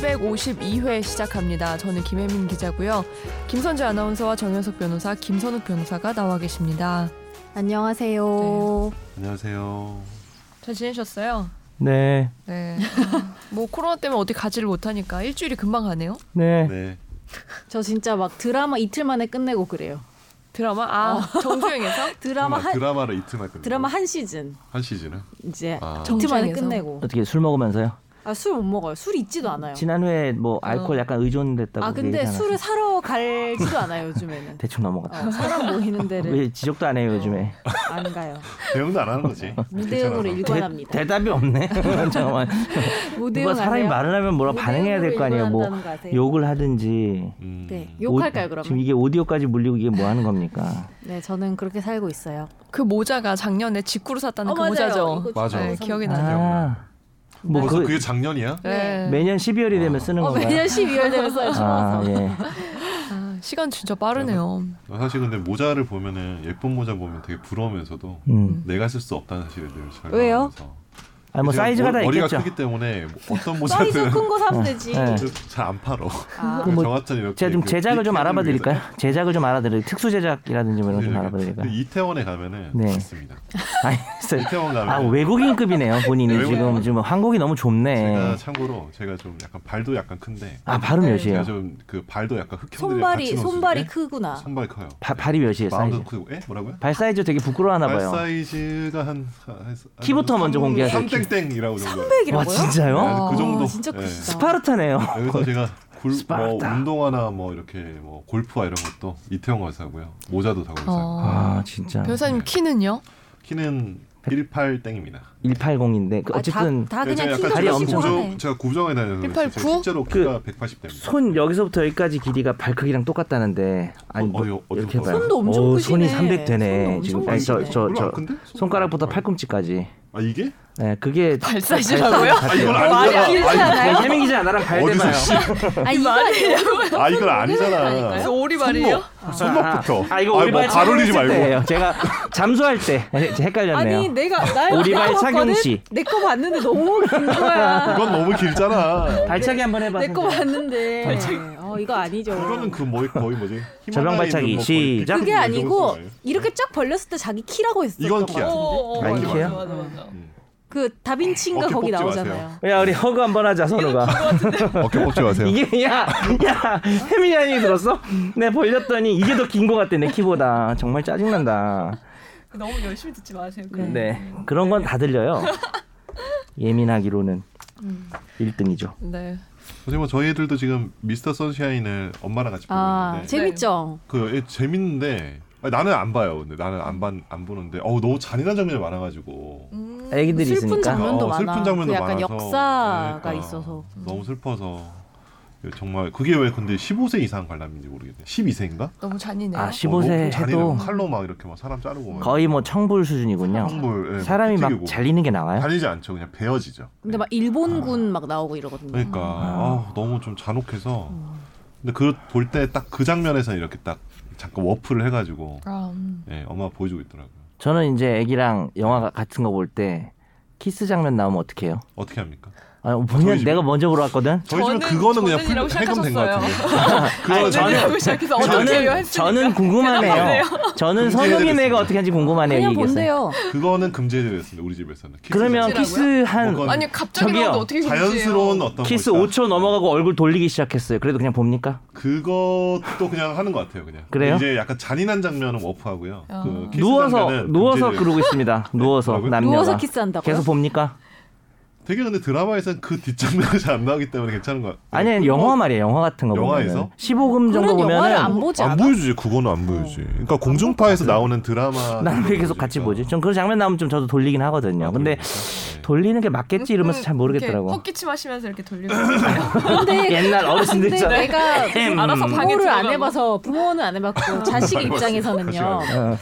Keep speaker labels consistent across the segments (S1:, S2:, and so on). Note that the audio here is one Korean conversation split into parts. S1: 52회 시작합니다. 저는 김혜민 기자고요. 김선재 아나운서와 정현석 변호사, 김선욱 변호사가 나와 계십니다.
S2: 안녕하세요. 네.
S3: 안녕하세요.
S1: 잘 지내셨어요?
S4: 네,
S1: 네. 아, 뭐 코로나 때문에 어디 가지를 못하니까 일주일이 금방 가네요.
S4: 네.
S3: 네.
S2: 저 진짜 막 드라마 이틀 만에 끝내고 그래요.
S1: 드라마 아 정주행에서
S2: 드라마
S3: 정말
S2: 한
S3: 드라마를 이틀 만에 끝내고
S2: 드라마 한 시즌
S3: 한 시즌은
S2: 이제
S3: 아.
S2: 이틀 만에
S1: 정주행에서.
S2: 끝내고.
S4: 어떻게 술 먹으면서요?
S2: 아 술 못 먹어요. 술 있지도 않아요.
S4: 지난 회에 뭐 알코올 약간 의존됐다고
S2: 어. 아 근데
S4: 그 얘기하나?
S2: 술을 사러 갈지도 않아요 요즘에는.
S4: 대충 넘어갔다.
S2: 어, 사람 모이는 데를
S4: 왜 지적도 안 해요 요즘에?
S2: 안 가요.
S3: 대응도 안 하는 거지.
S2: 무대응으로
S3: 괜찮아서.
S2: 일관합니다.
S4: 대답이 없네. 잠깐만.
S2: 무대응
S4: 아, 누가 사람이
S2: 안 해요?
S4: 말을 하면 뭐라 반응해야 될 거 아니에요. 뭐
S2: 무대응으로 일관한다는 거 아세요?
S4: 욕을 하든지.
S3: 음.
S2: 네 욕할까요
S4: 오-
S2: 그러면?
S4: 지금 이게 오디오까지 물리고 이게 뭐 하는 겁니까?
S2: 네 저는 그렇게 살고 있어요.
S1: 그 모자가 작년에 직구로 샀다는
S2: 어,
S1: 그
S2: 맞아요.
S1: 모자죠.
S2: 이거
S3: 맞아.
S1: 네,
S2: 참-
S1: 기억이 나요.
S4: 아,
S3: 뭐
S4: 뭐
S3: 그,
S4: 그
S3: 그게 작년이야?
S1: 네.
S4: 매년 12월이 되면 쓰는
S2: 어, 매년
S4: 건가요?
S2: 12월 되면 써요.
S4: 아 예.
S1: 아, 시간 진짜 빠르네요.
S3: 사실 근데 모자를 보면은 예쁜 모자 보면 되게 부러우면서도
S4: 음.
S3: 내가 쓸 수 없다는 사실을 늘 잘.
S2: 왜요?
S4: 아니 뭐 사이즈가 다
S3: 머리가
S4: 있겠죠.
S3: 크기 때문에 뭐 어떤
S2: 사이즈
S3: 모자든
S2: 큰 거 사면 되지.
S4: 네.
S3: 잘 안 팔어.
S2: 아.
S4: 뭐
S3: 정하찬 이렇게.
S4: 제가 좀
S3: 그
S4: 제작을 좀
S3: 이태원
S4: 알아봐
S3: 위에서-
S4: 드릴까요? 제작을 좀 알아드릴 까요 특수 제작이라든지 뭐 이런 거 좀
S3: 그
S4: 알아봐 드릴까요?
S3: 이태원에 가면은
S4: 네.
S3: 있습니다.
S4: 알겠어요.
S3: 이태원 가면
S4: 아 외국인급이네요 본인이
S3: 외국인.
S4: 지금 지금 한국이 너무
S3: 제가
S4: 좁네.
S3: 참고로 제가 좀 약간 발도 약간 큰데
S4: 아 발음
S2: 네.
S4: 몇이에요?
S3: 제가 좀 그 발도 약간 흑형들이
S2: 손발이
S3: 네.
S2: 손발이 크구나.
S3: 손발 커요.
S4: 바- 발이 몇이에요 사이즈?
S3: 마음도 크고 에 뭐라고요?
S4: 발 사이즈 되게 부끄러워하나
S3: 발
S4: 봐요.
S3: 사이즈가 한, 한- 한
S4: 키부터 먼저 공개하세요, 키.
S3: 삼땡땡이라고 정도.
S4: 와 진짜요?
S1: 아,
S3: 그 정도.
S2: 어, 진짜
S3: 예.
S2: 크시다.
S4: 스파르타네요.
S3: 여기서 제가 굴, 뭐
S4: 스파르타.
S3: 운동화나 뭐 이렇게 뭐 골프화 이런 것도 이태원 가서 사고요. 모자도 다 거기서. 사고.
S1: 어.
S4: 아 진짜
S1: 변호사님 키는요? 키는
S3: 키는 18땡입니다.
S4: 180인데 그
S2: 아,
S4: 어쨌든
S2: 다, 다 그냥 키가
S3: 네,
S4: 다리
S3: 제가
S2: 크시고
S4: 엄청
S2: 하네.
S3: 구정, 제가 구정에 다녀서
S1: 189?
S3: 그렇지. 제가 실제로 키가 180대입니다.
S4: 손 여기서부터 여기까지 길이가 발 크기랑 똑같다는데 아니
S3: 어,
S4: 뭐
S3: 어디, 어디
S4: 이렇게 봐요.
S2: 손도 엄청
S4: 오,
S2: 크시네.
S4: 손이 300
S2: 손도
S4: 되네
S2: 엄청
S4: 지금.
S2: 크시네.
S4: 저 저
S3: 별로
S4: 저
S3: 안 큰데? 손-
S4: 손가락보다
S3: 아,
S4: 팔꿈치까지.
S3: 아 이게?
S4: 네 그게
S1: 발 사이즈라고요?
S3: 아 이걸
S4: 같아요.
S3: 아니잖아.
S2: 길지
S3: 아,
S2: 않아요?
S4: 혜민 기자 나랑 발
S3: 어디서
S4: 대봐요.
S3: 씨.
S2: 아 이거 아니에요?
S3: 아 이걸 아니잖아.
S1: 그래서 오리발이에요?
S3: 손목부터.
S4: 아 이거 오리발
S3: 뭐발
S4: 착용
S3: 올리지
S4: 할
S3: 말고.
S4: 때예요. 제가 잠수할 때 헷갈렸네요.
S2: 아니 내가 나
S4: 오리발 착용 시.
S2: 내거 봤는데 너무 긴 거야.
S3: 이건 너무 길잖아.
S4: 발차기 한번 해봐.
S2: 내 거 봤는데. 어 이거 아니죠.
S3: 이거는 그 뭐, 거의 뭐지?
S4: 저병 발차기
S3: 히말라야
S4: 시작.
S3: 뭐 거의
S2: 그게
S3: 빅-
S2: 아니고 어,
S3: 이런 거 쓰는
S2: 이렇게 쫙 벌렸을 때 자기 키라고 했었던 거
S3: 이건 키야.
S2: 같은데.
S4: 아,
S1: 맞아,
S4: 이렇게요?
S1: 맞아, 맞아, 맞아.
S2: 그 다빈치인가
S3: 어깨
S2: 거기
S3: 뽑지 음,
S2: 나오잖아요.
S4: 야 우리 허그 한번 하자 선우가.
S3: 거예요. 어깨 뽑지 마세요.
S4: 이게 야야 혜민이 형이 들었어? 내 벌렸더니 이게 더 긴 거 같대 내 키보다 정말 짜증난다.
S1: 너무 열심히 듣지 마세요.
S2: 네.
S4: 네 그런 건 다 들려요. 예민하기로는
S2: 음.
S4: 1등이죠.
S1: 네.
S3: 사실 뭐 저희 애들도 지금 미스터 선샤인을 엄마랑 같이 보고
S2: 아
S3: 있는데
S2: 재밌죠.
S3: 그 애, 재밌는데 아니, 나는 안 봐요. 근데 나는 안안 안 보는데 어우 너무 잔인한 장면이 많아가지고
S4: 애기들이
S2: 음, 슬픈
S4: 있으니까.
S2: 장면도
S3: 어,
S2: 많아.
S3: 슬픈 장면도
S2: 그 약간
S3: 많아서
S2: 역사가
S3: 그러니까
S2: 있어서.
S3: 너무 슬퍼서 정말 그게 왜 근데 15세 이상 관람인지 모르겠네. 12세인가?
S1: 너무 잔인해요.
S4: 아
S3: 어, 뭐,
S4: 15세 해도
S3: 칼로 막 이렇게 막 사람 자르고 막
S4: 거의 뭐 청불 수준이군요.
S3: 형물, 예,
S4: 사람이 막
S3: 튀기고.
S4: 잘리는 게 나와요?
S3: 다니지 않죠. 그냥 베어지죠.
S2: 근데 막 일본군
S3: 아.
S2: 막 나오고 이러거든요.
S3: 그러니까
S4: 음.
S3: 아, 너무 좀 잔혹해서 근데 그 볼 때 딱 그 장면에서 이렇게 딱 잠깐 워프를 해가지고
S1: 아, 음.
S3: 예, 엄마 가 보여주고 있더라고요.
S4: 저는 이제 애기랑 영화 가- 같은 거 볼 때 키스 장면 나오면 어떻게 해요?
S3: 어떻게 합니까?
S4: 아, 뭐냐
S3: 저희 집에-
S4: 내가 먼저 물어봤거든.
S3: 저희 집은
S1: 저는-
S3: 그거는 그냥
S1: 저는이라고
S3: 풀- 해금 된것
S1: 시작하셨어요.
S3: 같은데. 그거는 그냥
S4: 저는-
S1: 저는 네, 시작해서 어떻게요
S4: 저는
S1: 했으니까.
S4: 저는 궁금하네요. 저는 선우인 애가 어떻게 하는지 궁금하네요.
S2: 그냥
S4: 이 얘기에서.
S2: 본대요.
S3: 그거는 금지되었습니다. 우리 집에서는. 키스
S4: 그러면
S3: 자체가.
S4: 키스 한
S3: 뭐가-
S1: 아니 갑자기
S4: 음. 저기요.
S1: 나오는데 어떻게 음.
S3: 자연스러운 어떤
S4: 키스
S3: 거 있다.
S4: 5초 넘어가고 얼굴 돌리기 시작했어요. 그래도 그냥 봅니까?
S3: 그것도 그냥 하는 것 같아요. 그냥.
S4: 그래요?
S3: 이제 약간 잔인한 장면은 워프하고요.
S1: 아.
S3: 그 키스
S4: 누워서
S3: 장면은 네. 아,
S4: 누워서
S3: 금지돼요.
S4: 그러고 있습니다. 누워서
S3: 뭐라고요?
S4: 남녀가
S2: 누워서 키스한다고요?
S4: 계속 봅니까?
S3: 되게 근데 드라마에서는 그 뒷장면이 잘 안 나오기 때문에 괜찮은 것 같아요.
S4: 아니
S2: 어,
S4: 영화 말이에요. 영화 같은 거
S3: 네. 어? 영화에서?
S4: 보면 15금 정도
S2: 그런 영화를 안
S4: 보면은
S2: 보지
S3: 안
S2: 않아? 어.
S3: 보여주지 그거는 안 보여주지. 그러니까 공중파에서 나오는 드라마.
S4: 난 왜 계속
S3: 아,
S4: 같이 보지? 전 그런 장면 나오면 좀 저도 돌리긴 하거든요. 근데
S3: 그러니까. 네.
S4: 돌리는 게 맞겠지 이러면서 잘 모르겠더라고.
S1: 헛기침 하시면서 음, 이렇게 돌리고
S3: 음.
S1: 아,
S3: 뭐?
S2: 근데
S4: 옛날 어르신들
S2: 근데
S4: 있잖아.
S2: 내가
S4: 음.
S1: 알아서 방에
S2: 부모를 안
S1: 들어가고.
S2: 해봐서 부모는 안
S4: 아,
S2: 해봤고 자식 입장에서는요
S3: 같이
S4: 어.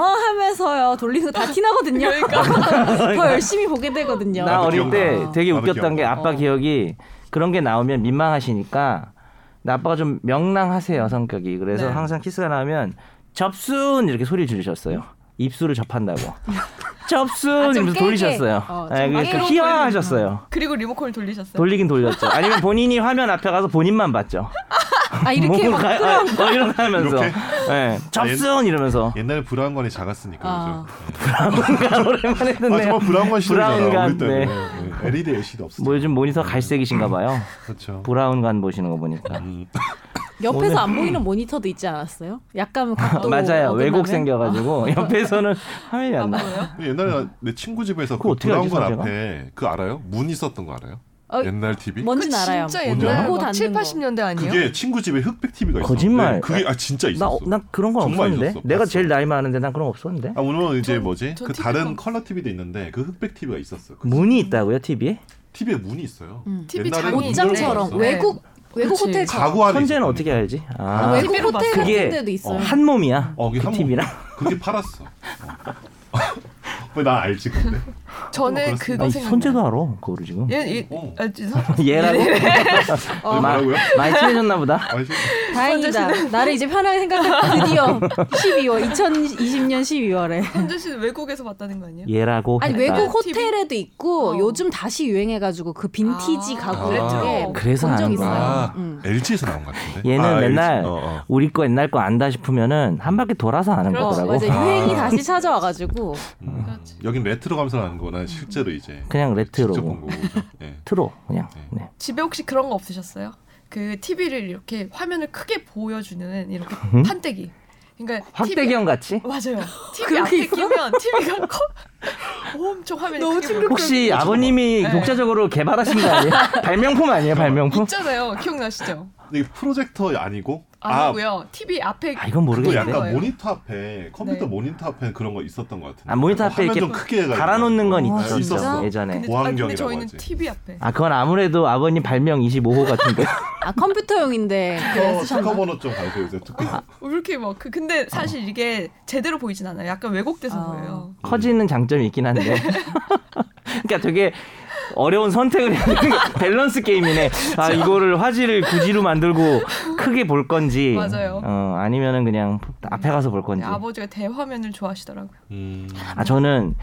S2: 당황하면서요 돌리는 거 다 티나거든요.
S1: 그러니까.
S2: 더 열심히 보게 되거든요.
S4: 그러니까. 나
S3: 나도
S4: 어릴 때
S3: 기억나.
S4: 되게
S3: 나도
S4: 웃겼던 게
S3: 기억나.
S2: 어.
S4: 아빠 기억이 그런 게 나오면 민망하시니까 나 아빠가 좀 명랑하세요 성격이 그래서
S1: 네.
S4: 항상 키스가 나오면 접순 이렇게 소리 지르셨어요 입술을 접한다고. 접수
S2: 아, 좀
S4: 이러면서
S2: 깨게.
S4: 돌리셨어요.
S2: 어, 좀
S4: 예, 그-
S2: 깨게.
S4: 그 희화하셨어요.
S1: 그리고 리모컨을 돌리셨어요.
S4: 돌리긴 돌렸죠. 아니면 본인이 화면 앞에 가서 본인만 봤죠.
S2: 아 이렇게
S4: 목으로
S2: 막
S4: 가, 아, 어, 이렇게 하면서
S3: 이렇게? 아,
S4: 예, 접수 이러면서
S3: 옛날에 브라운관이 작았으니까
S2: 아.
S3: 그죠.
S4: 오랜만에
S3: 네. 아
S4: 듣네요.
S3: 정말 브라운관 시절이잖아
S4: 브라운관,
S3: 우리 때는. 네. LED LCD 없었어.
S4: 뭐 요즘 모니터 갈색이신가 봐요.
S3: 그렇죠.
S4: 브라운관 보시는 거 보니까.
S3: 음.
S2: 옆에서
S4: 오늘-
S2: 안 보이는 모니터도 있지 않았어요? 약간 각도
S4: 맞아요.
S2: 어긋나면?
S4: 왜곡 생겨가지고 옆에서는 화면이 안 나.
S3: 아, 옛날에 내 친구 집에서
S4: 그거
S3: 그
S4: 어떻게 알지,
S3: 브라운관
S4: 선재가?
S3: 앞에 그 알아요? 문 있었던 거 알아요?
S2: 어,
S3: 옛날 TV?
S1: 그
S2: 뭔진 알아요. 뭐
S1: 진짜
S3: 뭔지
S1: 옛날
S3: 알아요?
S1: 막 7,
S2: 닫는 거.
S1: 80년대 아니에요?
S3: 그게 친구 집에 흑백 TV가 있었는데
S4: 거짓말.
S3: 그게 아 진짜
S4: 나,
S3: 있었어.
S4: 나 그런 건
S3: 정말
S4: 없었는데.
S3: 있었어.
S4: 내가
S3: 봤어.
S4: 제일 나이 많은데 난 그런 거 없었는데.
S3: 아 물론 이제 뭐지?
S1: 전
S3: 그
S1: TV
S3: 다른
S1: 만-
S3: 컬러 TV도 있는데 그 흑백 TV가 있었어. 그
S4: 문이 있다고요, TV에?
S3: TV에 문이 있어요.
S2: 음.
S1: TV
S3: 옛날에는
S1: 장이
S3: 문이
S2: 옷장처럼
S3: 있었어.
S1: 왜-
S2: 외국 외국
S1: 네. 그치.
S2: 호텔 가
S3: 가구 안에 있었거든.
S4: 선재는 네. 어떻게 알지?
S2: 아,
S4: 아,
S2: 외국
S1: TV로
S2: 호텔
S1: 봤어.
S2: 같은
S4: 그게-
S2: 데도 있어요.
S4: 어, 한 몸이야.
S3: 어, 그게
S4: 그
S3: 한
S4: TV랑.
S3: 그게 팔았어. 왜나 알지 근데?
S1: 저는
S3: 어, 그렇습니다.
S1: 그거
S4: 아니,
S1: 생각.
S4: 선재도 알아. 그거를 지금.
S1: 예, 예,
S3: 어.
S1: 아, 죄송-
S4: 얘라고?
S1: 어.
S4: 마-
S3: 아, 뭐라고요?
S4: 많이 친해졌나 보다.
S3: 아니, 실-
S2: 다행이다. 나를 이제 편하게 생각해. 드디어 12월 2020년 12월에.
S1: 현재 씨는 외국에서 봤다는 거 아니에요?
S4: 얘라고.
S2: 아니
S4: 했다.
S2: 외국
S1: TV?
S2: 호텔에도 있고
S1: 어.
S2: 요즘 다시 유행해가지고 그 빈티지
S1: 아.
S2: 가구
S3: 아.
S2: 에
S4: 그래서
S2: 본적
S4: 아는구나.
S2: 있어요.
S3: 아
S2: 음.
S3: LG에서 나온 것 같은데.
S4: 얘는
S3: 아,
S4: 맨날
S3: LG. 어, 어.
S4: 우리 거 옛날 거 안다 싶으면은 한 바퀴 돌아서 아는
S1: 그렇지,
S4: 거더라고.
S2: 맞아 유행이
S3: 아.
S2: 다시 찾아와가지고
S3: 음.
S1: 그렇지.
S3: 여긴 레트로 감성 하는 거나 실제로 이제
S4: 음. 그냥
S3: 직접 본
S4: 레트로.
S3: 거고. 그죠? 예.
S4: 트로 그냥.
S3: 네.
S4: 네.
S1: 집에 혹시 그런 거 없으셨어요? 그 TV를 이렇게 화면을 크게 보여주는 이렇게
S3: 음?
S1: 판때기. 그러니까 TV
S4: 확대경 같이?
S1: 맞아요. TV 앞에 끼면 TV가 커. 엄청 화면이
S2: 너무
S1: 크게 보여요.
S4: 혹시 아버님이
S1: 네.
S4: 독자적으로 개발하신 거 아니에요? 발명품 아니에요, 발명품?
S1: 있잖아요. 기억나시죠?
S3: 근데 이게 프로젝터 아니고 뭐-
S1: 아니고요. 뭐 TV 앞에
S4: 아, 이건
S3: 또
S4: 모르겠는데.
S3: 약간
S1: 거예요.
S3: 모니터 앞에
S1: 네.
S3: 컴퓨터 모니터 앞에 그런 거 있었던 것 같은데.
S4: 아, 모니터
S3: 뭐
S4: 앞에
S3: 화면
S4: 이렇게
S3: 좀 크게 해가지고.
S4: 갈아놓는 건
S3: 어,
S4: 있었죠,
S3: 있었어.
S4: 예전에.
S1: 근데, 아, 근데
S3: 보안경이라고
S1: 저희는
S3: 하지.
S1: TV 앞에.
S4: 아 그건 아무래도 아버님 발명 25호 같은데.
S2: 아 컴퓨터용인데
S3: 특허, 특허 번호 어, 좀 가세요 이제 특허.
S4: 아.
S1: 왜 이렇게 막 그- 근데
S3: 아.
S1: 사실 이게 제대로 보이진 않아요. 약간 왜곡돼서
S2: 아.
S1: 보여요.
S4: 커지는 장점이 있긴 한데. 그러니까 되게 어려운 선택을 해야 되는 거- 밸런스 게임이네. 아 이거를 화질을 구지로 만들고 크게 볼 건지.
S1: 맞아요. 네,
S4: 어 아니면은 그냥 앞에 가서 볼 건지.
S1: 아버지가 대화면을 좋아하시더라고요.
S3: 음.
S4: 아 저는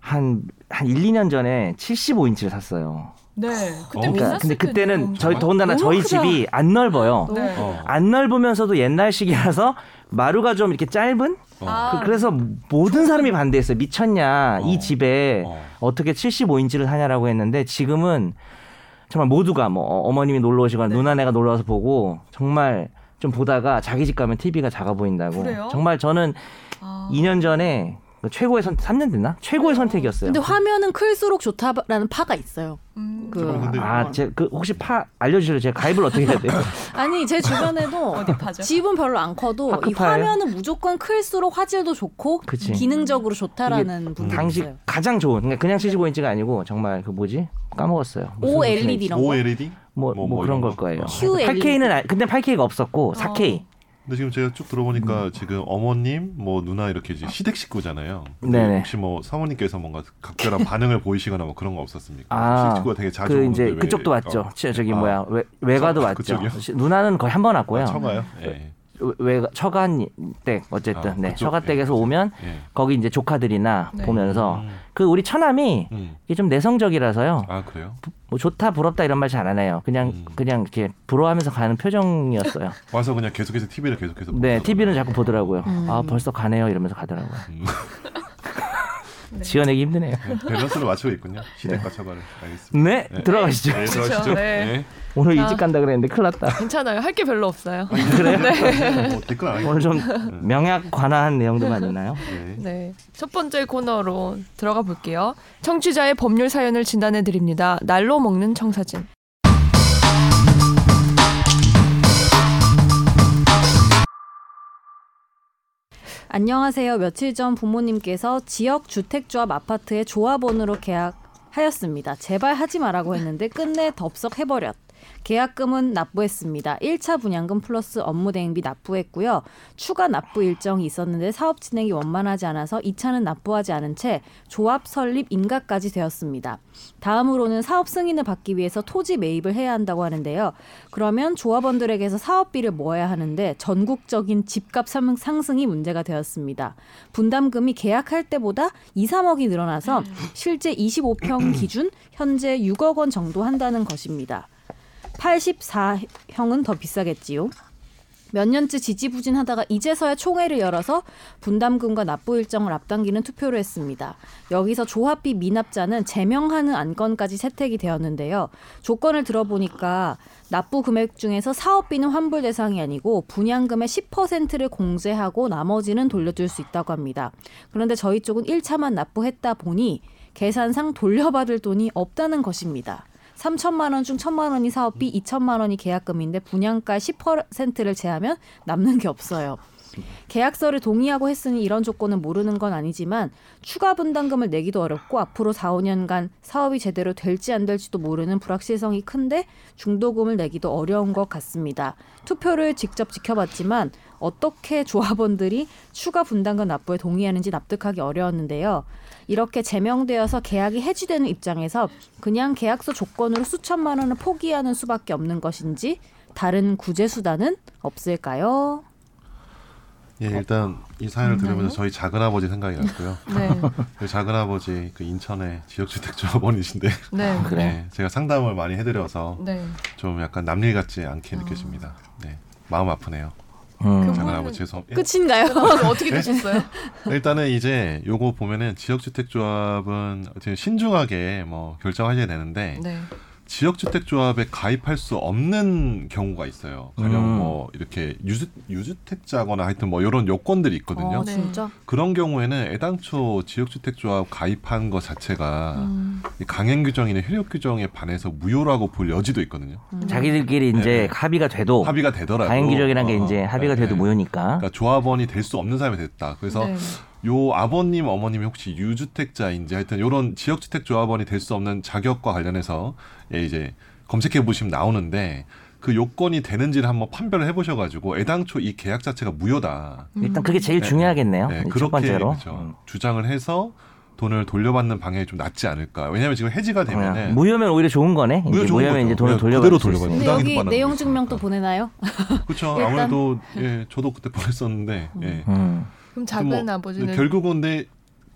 S4: 한 한 1, 2년 전에 75인치를 샀어요.
S1: 네. 그때
S3: 어?
S1: 못
S4: 그러니까
S1: 샀을
S4: 근데 그때는
S1: 텐데.
S4: 저희 더군다나
S2: 너무
S4: 저희
S2: 크다.
S4: 집이 안 넓어요.
S1: 네.
S3: 어.
S4: 안 넓으면서도 옛날식이라서 마루가 좀 이렇게 짧은
S3: 어.
S1: 아.
S4: 그- 그래서 모든 사람이 반대했어요. 미쳤냐
S3: 어.
S4: 이 집에
S3: 어.
S4: 어. 떻게 75인치를 사냐라고 했는데 지금은 정말 모두가 뭐 어- 어머님이 놀러 오시거나 누나네가 놀러 와서 보고 정말 좀 보다가 자기 집 가면 TV가 작아 보인다고.
S1: 그래요?
S4: 정말 저는
S1: 아.
S4: 2년 전에 그 최고의 선 3년 됐나? 최고의 선택이었어요.
S2: 근데 화면은 클수록 좋다라는 파가 있어요.
S1: 음.
S2: 그
S3: 잠깐만, 근데-
S4: 아, 제 그 혹시 파 알려주실래요? 제가 가입을 어떻게 해야 돼요?
S2: 아니 제 주변에도
S1: 어디 파죠?
S2: 집은 별로 안 커도 이
S4: 파크파예요?
S2: 화면은 무조건 클수록 화질도 좋고
S4: 그치.
S2: 기능적으로 좋다라는 분들
S4: 당시
S2: 있어요.
S4: 가장 좋은 그러니까 그냥 75인치가 아니고 정말 그 뭐지 까먹었어요. 무슨
S2: OLED 이런 거.
S3: OLED?
S4: 뭐, 뭐, 그런 걸 거예요.
S2: QLED.
S4: 8K는 아, 근데 8K가
S2: 어.
S4: 없었고 4K.
S3: 근데 지금 제가 쭉 들어보니까
S4: 음.
S3: 지금 어머님, 뭐 누나 이렇게 이제 시댁 식구잖아요. 근데
S4: 네네.
S3: 혹시 뭐 사모님께서 뭔가 각별한 반응을 보이시거나 뭐 그런 거 없었습니까?
S4: 아,
S3: 시댁 식구가 되게 자주
S4: 그
S3: 오는데
S4: 이제
S3: 왜-
S4: 그쪽도 왔죠.
S3: 어.
S4: 저- 저기
S3: 아.
S4: 뭐야 외, 외가도
S3: 저-
S4: 왔죠.
S3: 그쪽이요?
S4: 시- 누나는 거의 한 번 왔고요.
S3: 아, 처가요?
S4: 네.
S3: 예.
S4: 외, 가 처간댁 어쨌든
S3: 아,
S4: 네
S3: 그쪽,
S4: 처가댁에서
S3: 예.
S4: 오면
S3: 예.
S4: 거기 이제 조카들이나
S1: 네.
S4: 보면서
S3: 음.
S4: 그 우리 처남이
S3: 음.
S4: 이게 좀 내성적이라서요.
S3: 아 그래요?
S4: 뭐 좋다 부럽다 이런 말 잘 안 해요. 그냥
S3: 음.
S4: 그냥 이렇게 부러워하면서 가는 표정이었어요.
S3: 와서 그냥 계속해서 TV를 계속해서
S4: 네,
S3: 보셨구나.
S4: TV는 자꾸 보더라고요.
S1: 음.
S4: 아 벌써 가네요 이러면서 가더라고요.
S3: 음.
S1: 네.
S4: 지어내기 힘드네요.
S3: 네, 밸런스를 맞추고 있군요. 시댁과 처가를 알겠습니다.
S4: 네,
S3: 네.
S4: 들어가시죠.
S3: 네,
S1: 그렇죠.
S3: 들어가시죠.
S1: 네.
S3: 네.
S4: 오늘
S1: 자.
S4: 일찍 간다 그랬는데 큰일 났다.
S1: 괜찮아요. 할 게 별로 없어요.
S4: 그래요? 네.
S3: 뭐 댓글 안 하겠-
S4: 오늘 좀 명약 관한 내용들만 있나요?
S3: 네.
S1: 네. 첫 번째 코너로 들어가 볼게요. 청취자의 법률 사연을 진단해 드립니다. 날로 먹는 청사진.
S2: 안녕하세요. 며칠 전 부모님께서 지역 주택조합 아파트의 조합원으로 계약하였습니다. 제발 하지 마라고 했는데 끝내 덥석 해버렸. 계약금은 납부했습니다. 1차 분양금 플러스 업무 대행비 납부했고요. 추가 납부 일정이 있었는데 사업 진행이 원만하지 않아서 2차는 납부하지 않은 채 조합 설립 인가까지 되었습니다. 다음으로는 사업 승인을 받기 위해서 토지 매입을 해야 한다고 하는데요. 그러면 조합원들에게서 사업비를 모아야 하는데 전국적인 집값 상- 상승이 문제가 되었습니다. 분담금이 계약할 때보다 2, 3억이 늘어나서 실제 25평 기준 현재 6억 원 정도 한다는 것입니다. 84형은 더 비싸겠지요. 몇 년째 지지부진하다가 이제서야 총회를 열어서 분담금과 납부 일정을 앞당기는 투표를 했습니다. 여기서 조합비 미납자는 제명하는 안건까지 채택이 되었는데요. 조건을 들어보니까 납부 금액 중에서 사업비는 환불 대상이 아니고 분양금의 10%를 공제하고 나머지는 돌려줄 수 있다고 합니다. 그런데 저희 쪽은 1차만 납부했다 보니 계산상 돌려받을 돈이 없다는 것입니다. 3천만 원 중 1천만 원이 사업비, 2천만 원이 계약금인데 분양가 10%를 제하면 남는 게 없어요. 계약서를 동의하고 했으니 이런 조건은 모르는 건 아니지만 추가 분담금을 내기도 어렵고 앞으로 4, 5년간 사업이 제대로 될지 안 될지도 모르는 불확실성이 큰데 중도금을 내기도 어려운 것 같습니다. 투표를 직접 지켜봤지만 어떻게 조합원들이 추가 분담금 납부에 동의하는지 납득하기 어려웠는데요. 이렇게 제명되어서 계약이 해지되는 입장에서 그냥 계약서 조건으로 수천만 원을 포기하는 수밖에 없는 것인지 다른 구제 수단은 없을까요?
S3: 예, 일단 이 사연을
S4: 음, 네.
S3: 들으면서 저희 작은 아버지 생각이 났고요.
S1: 네.
S3: 저희 작은 아버지 그 인천의 지역주택조합원이신데
S1: 네.
S4: 그래.
S3: 예, 제가 상담을 많이 해드려서
S1: 네.
S3: 좀 약간 남일 같지 않게 느껴집니다. 네, 마음 아프네요.
S4: 아. 음.
S1: 그분- 뭐,
S3: 작은 아버지 죄송. 예.
S2: 끝인가요?
S1: 어떻게
S3: 네?
S1: 되셨어요?
S3: 일단은 이제 요거 보면은 지역주택조합은 어쨌든 신중하게 뭐 결정하셔야 되는데
S1: 네.
S3: 지역주택조합에 가입할 수 없는 경우가 있어요. 가령
S4: 음.
S3: 뭐 이렇게 유주, 유주택자거나 하여튼 뭐 이런 요건들이 있거든요. 음.
S2: 어,
S1: 네.
S2: 진짜?
S3: 그런 경우에는 애당초 지역주택조합 가입한 것 자체가
S1: 음.
S3: 이 강행 규정이나 효력 규정에 반해서 무효라고 볼 여지도 있거든요.
S1: 음.
S4: 자기들끼리
S3: 네,
S4: 이제
S3: 네.
S4: 합의가 돼도
S3: 합의가 되더라도
S4: 가행 어. 규정이란 게
S3: 어,
S4: 이제
S3: 어,
S4: 합의가
S3: 네,
S4: 돼도
S3: 네.
S4: 무효니까.
S3: 그러니까 조합원이 될 수 없는 사람이 됐다. 그래서
S1: 네.
S3: 요 아버님 어머님이 혹시 유주택자인지 하여튼 요런 지역주택 조합원이 될 수 없는 자격과 관련해서 예, 이제 검색해 보시면 나오는데 그 요건이 되는지를 한번 판별을 해 보셔 가지고 애당초 이 계약 자체가 무효다.
S4: 일단 그게 제일
S3: 네.
S4: 중요하겠네요.
S3: 네,
S4: 첫
S3: 그렇게
S4: 번째로. 음.
S3: 그렇죠. 주장을 해서 돈을 돌려받는 방향이 좀 낫지 않을까. 왜냐면 지금 해지가
S4: 음.
S3: 되면은
S4: 무효면 오히려 좋은 거네.
S3: 무효
S4: 이제
S3: 좋은
S4: 무효면
S3: 거죠.
S4: 이제 돈을
S3: 그냥
S4: 돌려받을 수
S3: 그대로
S4: 있으니까.
S3: 돌려받는
S2: 근데
S3: 부당이득
S2: 여기
S3: 받는
S2: 내용
S3: 거죠.
S2: 증명도 보내나요?
S3: 그렇죠.
S2: 일단-
S3: 아무래도 예, 저도 그때 보냈었는데 예.
S4: 음.
S1: 그럼 작은
S3: 뭐,
S1: 아버지는
S3: 결국은 근데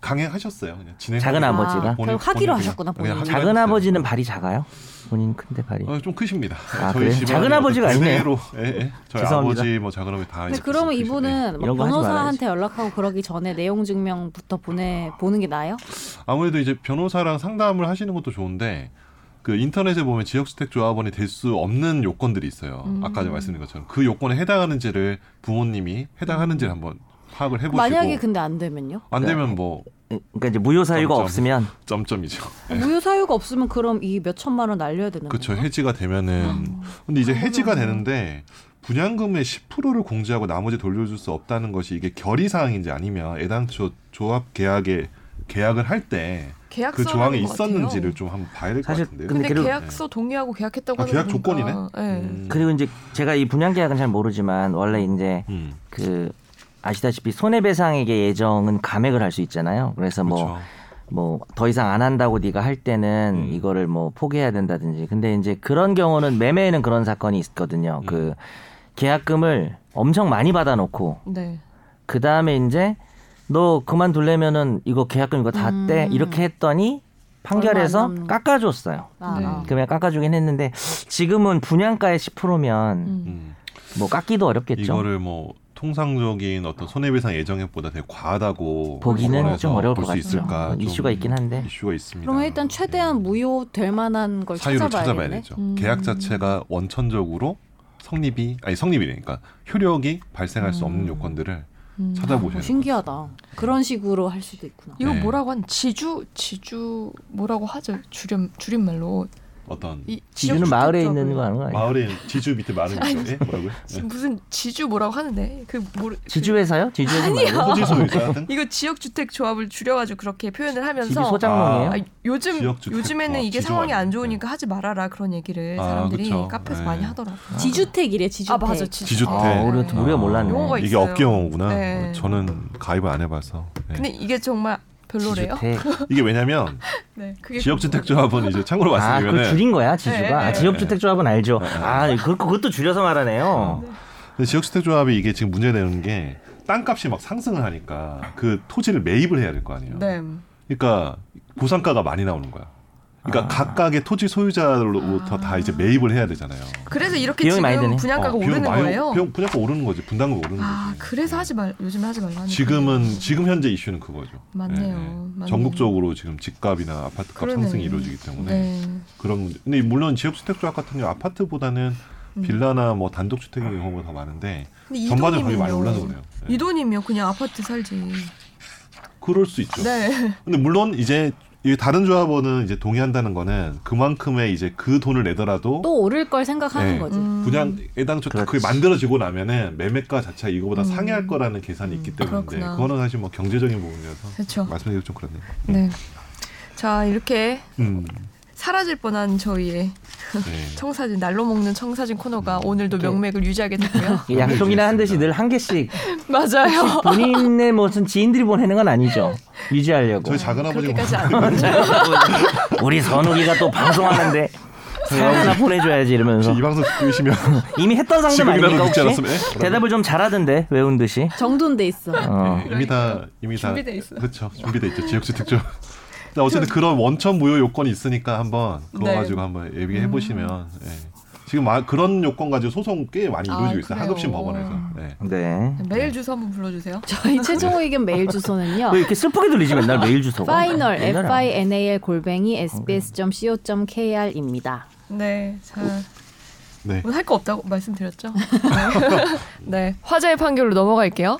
S3: 강행하셨어요. 그냥 진행.
S4: 작은 아버지가?
S2: 결국 하기로 하셨구나, 본인이.
S4: 작은 아버지는 발이 작아요. 본인 큰데 발이.
S3: 어, 좀 크십니다.
S4: 아,
S3: 저희
S4: 그래요?
S3: 집안이
S4: 작은
S3: 어떤
S4: 아버지가 아니네요.
S3: 그대로, 예, 예. 저희
S4: 죄송합니다.
S3: 아버지 뭐 작은 아버지 다.
S2: 근데
S3: 이제
S2: 그러면
S3: 크시고, 예.
S2: 이분은 막
S4: 이런 거 하지
S2: 변호사한테 연락하고 그러기 전에 내용 증명부터 보내 보는 게 나아요?
S3: 아무래도 이제 변호사랑 상담을 하시는 것도 좋은데 그 인터넷에 보면 지역주택 조합원이 될 수 없는 요건들이 있어요.
S1: 음.
S3: 아까 전에 말씀드린 것처럼 그 요건에 해당하는지를 부모님이 해당하는지를 한번 파악을 해보시고
S2: 만약에 그 근데 안 되면요?
S3: 안 되면 뭐
S4: 그러니까 이제 무효 사유가
S3: 점점.
S4: 없으면
S3: 점점이죠.
S2: 무효 사유가 없으면 그럼 이 몇 천만 원 날려야 되는
S3: 예. 그쵸
S2: 거예요?
S3: 해지가 되면은 근데 이제 해지가 되는데 분양금의 10%를 공제하고 나머지 돌려줄 수 없다는 것이 이게 결의 사항인지 아니면 애당초 조합 계약에 계약을 할 때 그
S1: 계약서
S3: 조항이 있었는지를 좀 한번 봐야 될 것
S4: 사실
S3: 같은데요.
S1: 근데
S4: 근데 그리고-
S1: 계약서 동의하고 계약했다고
S3: 아,
S1: 하는
S3: 계약
S1: 거니까.
S3: 조건이네?
S1: 네.
S3: 음.
S4: 그리고 이제 제가 이 분양 계약은 잘 모르지만 원래 이제
S3: 음,
S4: 그 아시다시피 손해배상액의 예정은 감액을 할 수 있잖아요. 그래서 뭐
S3: 그렇죠.
S4: 뭐 더 이상 안 한다고 네가 할 때는
S3: 음.
S4: 이거를 뭐 포기해야 된다든지 근데 이제 그런 경우는 매매에는 그런 사건이 있거든요
S3: 음.
S4: 그 계약금을 엄청 많이 받아놓고
S1: 네.
S4: 그 다음에 이제 너 그만둘려면은 이거 계약금 이거 다 떼 이렇게 했더니
S2: 음. 얼마 안
S4: 판결에서
S2: 남는 거.
S4: 깎아줬어요
S2: 아,
S1: 네.
S2: 아.
S4: 금액 깎아주긴 했는데 지금은 분양가의 10%면
S1: 음.
S3: 음.
S4: 뭐 깎기도 어렵겠죠
S3: 이거를 뭐 통상적인 어떤 손해배상 예정액보다 되게 과하다고
S4: 보기는
S3: 법원에서
S4: 좀 어려울 것
S3: 볼수
S4: 같죠
S3: 있을까 좀
S4: 이슈가 있긴 한데
S3: 이슈가 있습니다.
S2: 그러면 일단 최대한 무효 될 만한 걸
S3: 사유를 찾아봐야
S2: 찾아봐야겠네.
S3: 되죠.
S1: 음.
S3: 계약 자체가 원천적으로 성립이 아니 성립이니까 효력이 발생할 수 없는
S2: 음.
S3: 요건들을
S1: 음.
S3: 찾아보셔야 돼요.
S2: 어, 신기하다. 그런 식으로 할 수도 있구나.
S1: 이거
S3: 네.
S1: 뭐라고 한 지주 지주 뭐라고 하죠? 줄임 줄임말로
S3: 어떤
S1: 이
S4: 지주는
S1: 지역
S4: 마을에
S1: 주택자고요.
S4: 있는 거 아는 거 아니에요?
S3: 마을에 지주 밑에 마을 있죠. 예? 뭐라고요?
S1: 지- 무슨 지주 뭐라고 하는데 그 모르 그-
S4: 지주 회사요? 지주 회사
S3: 예.
S4: 말고
S3: 토지 소유자 등
S1: 이거 지역 주택 조합을 줄여가지고 그렇게 표현을
S4: 지주
S1: 하면서
S4: 소장농이에요?
S1: 아, 요즘
S3: 지역주택.
S1: 요즘에는
S3: 아,
S1: 이게
S3: 지주
S1: 상황이 안
S3: 아니에요?
S1: 좋으니까 하지 말아라 그런 얘기를
S3: 아,
S1: 사람들이
S3: 그쵸.
S1: 카페에서
S3: 네.
S1: 많이 하더라고요.
S2: 지주택이래 지주택.
S1: 아 맞아 지주.
S3: 지주택.
S4: 아, 우리가, 또-
S3: 아,
S4: 우리가 몰랐네.
S1: 용어가 있-
S3: 이게
S1: 있어요.
S3: 업계용어구나.
S1: 네.
S3: 저는 가입을 안 해봐서. 예.
S1: 근데 이게 정말 별로래요.
S4: 지주택.
S3: 이게 왜냐면
S1: 네, 그게
S3: 지역주택조합은 이제 참고로
S4: 아, 그걸
S3: 말씀드리면 은
S4: 줄인 거야, 지주가.
S1: 네, 네,
S4: 아,
S1: 네.
S4: 지역주택 조합은 알죠.
S3: 네,
S4: 아, 그, 그것도 줄여서 말하네요.
S3: 지역주택조합이 이게 지금 문제되는 게 땅값이 막 상승을 하니까 그 토지를 매입을 해야 될 거 아니에요.
S1: 네.
S3: 그러니까 고상가가 많이 나오는 거야. 그러니까 각각의 토지 소유자로부터 다 이제 매입을 해야 되잖아요.
S1: 그래서 이렇게
S4: 비용이
S1: 지금
S4: 많이 드네.
S1: 분양가가
S3: 어, 비용
S1: 오르는
S3: 많이-
S1: 거예요.
S3: 비용 분양가 오르는 거지. 분담금 오르는
S1: 아
S3: 거지.
S1: 그래서 하지 말 요즘에 하지 말라는.
S3: 지금은 지금 현재 이슈는 그거죠.
S1: 맞네요.
S3: 예, 예.
S1: 맞네요.
S3: 전국적으로 지금 집값이나 아파트값
S1: 그러네요.
S3: 상승이 이루어지기 때문에
S1: 네.
S3: 그런 문제. 근데 물론 지역주택조합 같은 경우 아파트보다는 빌라나 뭐 단독주택의 경우가 더 많은데
S1: 근데 음. 이
S3: 전반적으로 가격이
S1: 돈이면요.
S3: 많이 올라서 그래요. 예.
S1: 이 돈이면 그냥 아파트 살지.
S3: 그럴 수 있죠.
S1: 네.
S3: 근데 물론 이제 이 다른 조합원은 이제 동의한다는 거는 그만큼의 이제 그 돈을 내더라도
S2: 또 오를 걸 생각하는
S3: 네.
S2: 거지.
S1: 음.
S3: 분양 해당초
S4: 그렇지.
S3: 그게 만들어지고 나면은 매매가 자체가 이거보다 상회할 거라는 계산이 있기 때문에
S1: 음. 그렇구나.
S3: 그거는 사실 뭐 경제적인 부분이라서
S1: 그렇죠.
S3: 말씀드리기 좀 그렇네요.
S1: 네. 자 이렇게
S3: 음,
S1: 사라질 뻔한 저희의
S3: 네.
S1: 청사진 날로 먹는 청사진 코너가
S3: 음,
S1: 오늘도 명맥을 유지하게 됐고요.
S4: 이 양쪽이나 한 대씩 늘 한 개씩
S1: 맞아요.
S4: 본인의 무슨 지인들이 보내는 건 아니죠. 유지하려고.
S3: 저희 작은 아버지가 뭐
S1: 그렇게까지 안 하죠.
S4: 우리 선욱이가 또 방송하는데 사연이나 보내줘야지 이러면서
S3: 혹시 이 방송 듣고 계시면
S4: 이미 했던 상담
S3: 지금이라도
S4: 아닙니까
S3: 듣지
S4: 혹시?
S3: 않았으면 예?
S4: 대답을 좀 잘하던데 외운 듯이.
S2: 정돈 돼 있어.
S4: 어.
S3: 네, 이미 다 이미 다
S1: 준비돼 있어요.
S3: 그렇죠. 준비돼 있죠. 지역주택 조 근데 어쨌든 그런 원천 무효 요건이 있으니까 한번 그거
S1: 네.
S3: 가지고 한번 예비해 보시면 예. 지금 아- 그런 요건 가지고 소송 꽤 많이
S1: 아,
S3: 이루어지고 있어요.
S1: 그래요?
S3: 하급심 법원에서. 예.
S4: 네.
S1: 메일 주소 한번 불러주세요.
S2: 저희 최종 의견 메일 주소는요.
S4: 왜 이렇게 슬프게 들리지 맨날 메일 주소가?
S2: 파이널
S4: 뭐 옛날에 어,
S2: f i n a l 골뱅이 sbs.co.kr입니다.
S1: 네. 자
S3: 네.
S1: 오늘 할 거 없다고 말씀드렸죠. 네. 네. 화제의 판결로 넘어갈게요.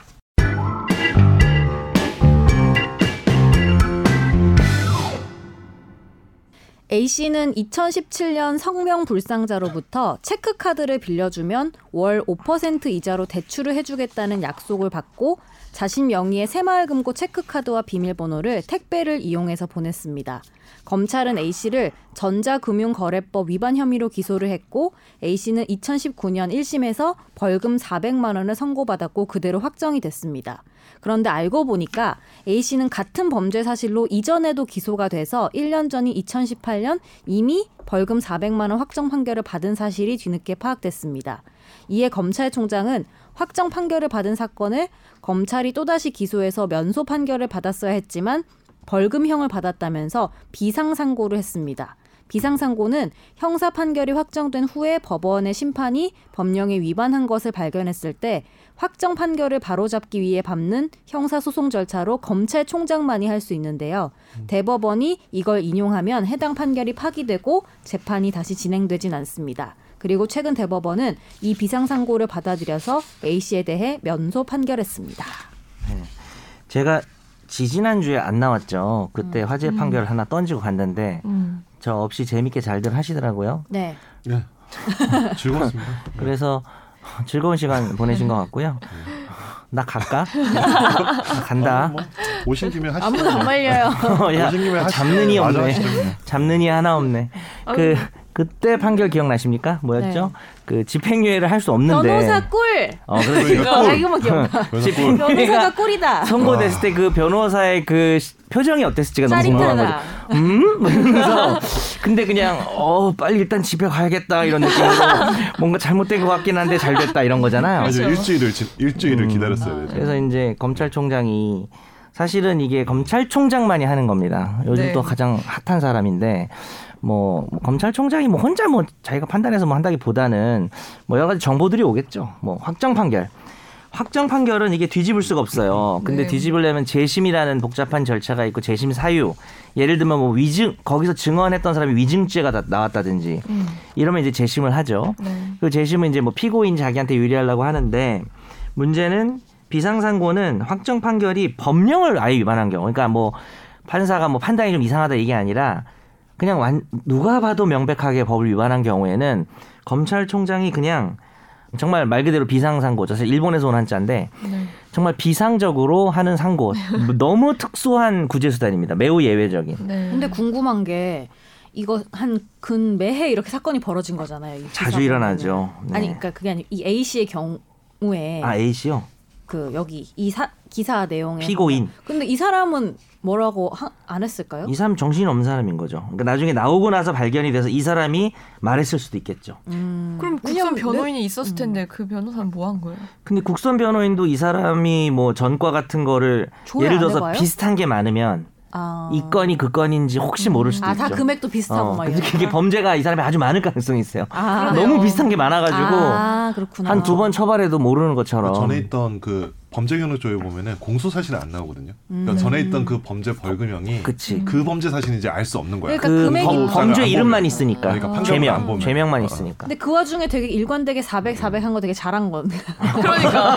S2: A 씨는 2017년 성명 불상자로부터 체크 카드를 빌려주면 월 5% 이자로 대출을 해주겠다는 약속을 받고 자신 명의의 새마을금고 체크 카드와 비밀번호를 택배를 이용해서 보냈습니다. 검찰은 A 씨를 전자금융거래법 위반 혐의로 기소를 했고 A 씨는 2019년 1심에서 벌금 400만 원을 선고받았고 그대로 확정이 됐습니다. 그런데 알고 보니까 A 씨는 같은 범죄 사실로 이전에도 기소가 돼서 1년 전인 2018년 이미 벌금 400만 원 확정 판결을 받은 사실이 뒤늦게 파악됐습니다. 이에 검찰총장은 확정 판결을 받은 사건을 검찰이 또다시 기소해서 면소 판결을 받았어야 했지만 벌금형을 받았다면서 비상상고를 했습니다. 비상상고는 형사 판결이 확정된 후에 법원의 심판이 법령에 위반한 것을 발견했을 때 확정 판결을 바로잡기 위해 밟는 형사소송 절차로 검찰총장만이 할 수 있는데요. 대법원이 이걸 인용하면 해당 판결이 파기되고 재판이 다시 진행되진 않습니다. 그리고 최근 대법원은 이 비상상고를 받아들여서 A 씨에 대해 면소 판결했습니다.
S4: 제가 지지난 주에 안 나왔죠. 그때
S2: 음.
S4: 화재 판결을 하나 던지고 갔는데
S1: 음.
S4: 저 없이 재밌게 잘들 하시더라고요.
S2: 네.
S3: 네. 즐거웠습니다.
S4: 그래서 즐거운 시간 보내신 것 같고요. 나 갈까? 나
S3: 아,
S4: 간다.
S3: 뭐 오신 김에 하시죠.
S2: 아무도 안 말려요.
S3: 어,
S4: 야,
S3: 오신 뭐, 김에 하시죠.
S4: 잡는 이
S3: 맞아,
S4: 없네.
S3: 하시죠.
S4: 잡는 이 하나 없네. 그 그때 판결 기억나십니까? 뭐였죠? 그 집행유예를 할 수 없는데.
S2: 네. 변호사 꿀.
S4: 어, 그렇지.
S3: 이거
S2: 아, 이거만 기억나.
S3: 그래서
S4: 집행-
S3: 뭐
S2: 변호사가 꿀이다.
S4: 선고됐을 때 그 변호사의 그 시- 표정이 어땠을지가 너무 궁금한
S2: 짜릿하다.
S4: 거죠. 음? 뭐 이러면서 근데 그냥 어 빨리 일단 집에 가야겠다 이런 느낌으로 뭔가 잘못된 것 같긴 한데 잘 됐다 이런 거잖아요.
S3: 아주 일주일을 지- 일주일을 기다렸어야 되죠.
S4: 그래서 이제 검찰총장이 사실은 이게 검찰총장만이 하는 겁니다. 요즘
S1: 네.
S4: 또 가장 핫한 사람인데 뭐 검찰총장이 뭐 혼자 뭐 자기가 판단해서 뭐 한다기보다는 뭐 여러 가지 정보들이 오겠죠. 뭐 확정 판결. 확정 판결은 이게 뒤집을 수가 없어요. 근데
S1: 네.
S4: 뒤집으려면 재심이라는 복잡한 절차가 있고 재심 사유. 예를 들면 뭐 위증 거기서 증언했던 사람이 위증죄가 다- 나왔다든지
S1: 음.
S4: 이러면 이제 재심을 하죠.
S1: 네.
S4: 그 재심은 이제 뭐 피고인 자기한테 유리하려고 하는데 문제는 비상상고는 확정 판결이 법령을 아예 위반한 경우 그러니까 뭐 판사가 뭐 판단이 좀 이상하다 이게 아니라 그냥 완, 누가 봐도 명백하게 법을 위반한 경우에는 검찰총장이 그냥 정말 말 그대로 비상상고죠. 사실 일본에서 온 한자인데
S1: 네.
S4: 정말 비상적으로 하는 상고. 너무 특수한 구제수단입니다. 매우 예외적인.
S1: 네.
S2: 근데 궁금한 게 이거 한 근 매해 이렇게 사건이 벌어진 거잖아요. 이
S4: 자주
S2: 기사는.
S4: 일어나죠. 네.
S2: 아니 네. 그러니까 그게 아니 이 A 씨의 경우에
S4: 아 A 씨요.
S2: 그 여기 이 사 기사 내용에
S4: 피고인.
S2: 근데 이 사람은 뭐라고 하- 안 했을까요?
S4: 이 사람 정신 없는 사람인 거죠. 그러니까 나중에 나오고 나서 발견이 돼서 이 사람이 말했을 수도 있겠죠.
S2: 음.
S1: 그럼 국선
S2: 왜냐면
S1: 변호인이 있었을 텐데 그 변호사는 뭐 한 거예요?
S4: 근데 국선 변호인도 이 사람이 뭐 전과 같은 거를
S2: 조회
S4: 예를
S2: 안
S4: 들어서
S2: 해봐요?
S4: 비슷한 게 많으면
S2: 아.
S4: 이 건이 그 건인지 혹시 모를 수도
S2: 아,
S4: 있죠.
S2: 다 금액도 비슷하고
S4: 어,
S2: 막
S4: 근데
S2: 이런.
S4: 그게 범죄가 이 사람이 아주 많을 가능성이 있어요.
S2: 아,
S1: 그러네요.
S4: 너무 비슷한 게 많아가지고
S2: 아, 그렇구나.
S4: 한 두 번 처벌해도 모르는 것처럼.
S3: 그러니까 전에 있던 그 범죄 경력 조회 보면은 공소 사실은 안 나오거든요. 그러니까
S2: 음.
S3: 전에 있던 그 범죄 벌금형이 그,
S4: 그치.
S3: 범죄 사실은 이제 알 수 없는 거야.
S2: 그러니까
S4: 그
S2: 금액이
S4: 범,
S2: 있죠.
S4: 범죄
S3: 안
S4: 이름만
S3: 보면.
S4: 있으니까
S3: 그러니까 판결을 안
S4: 죄명
S3: 보면.
S4: 죄명만
S3: 어.
S4: 있으니까.
S2: 근데 그 와중에 되게 일관되게
S4: 네.
S2: 400, 400 한 거 되게 잘한 건데.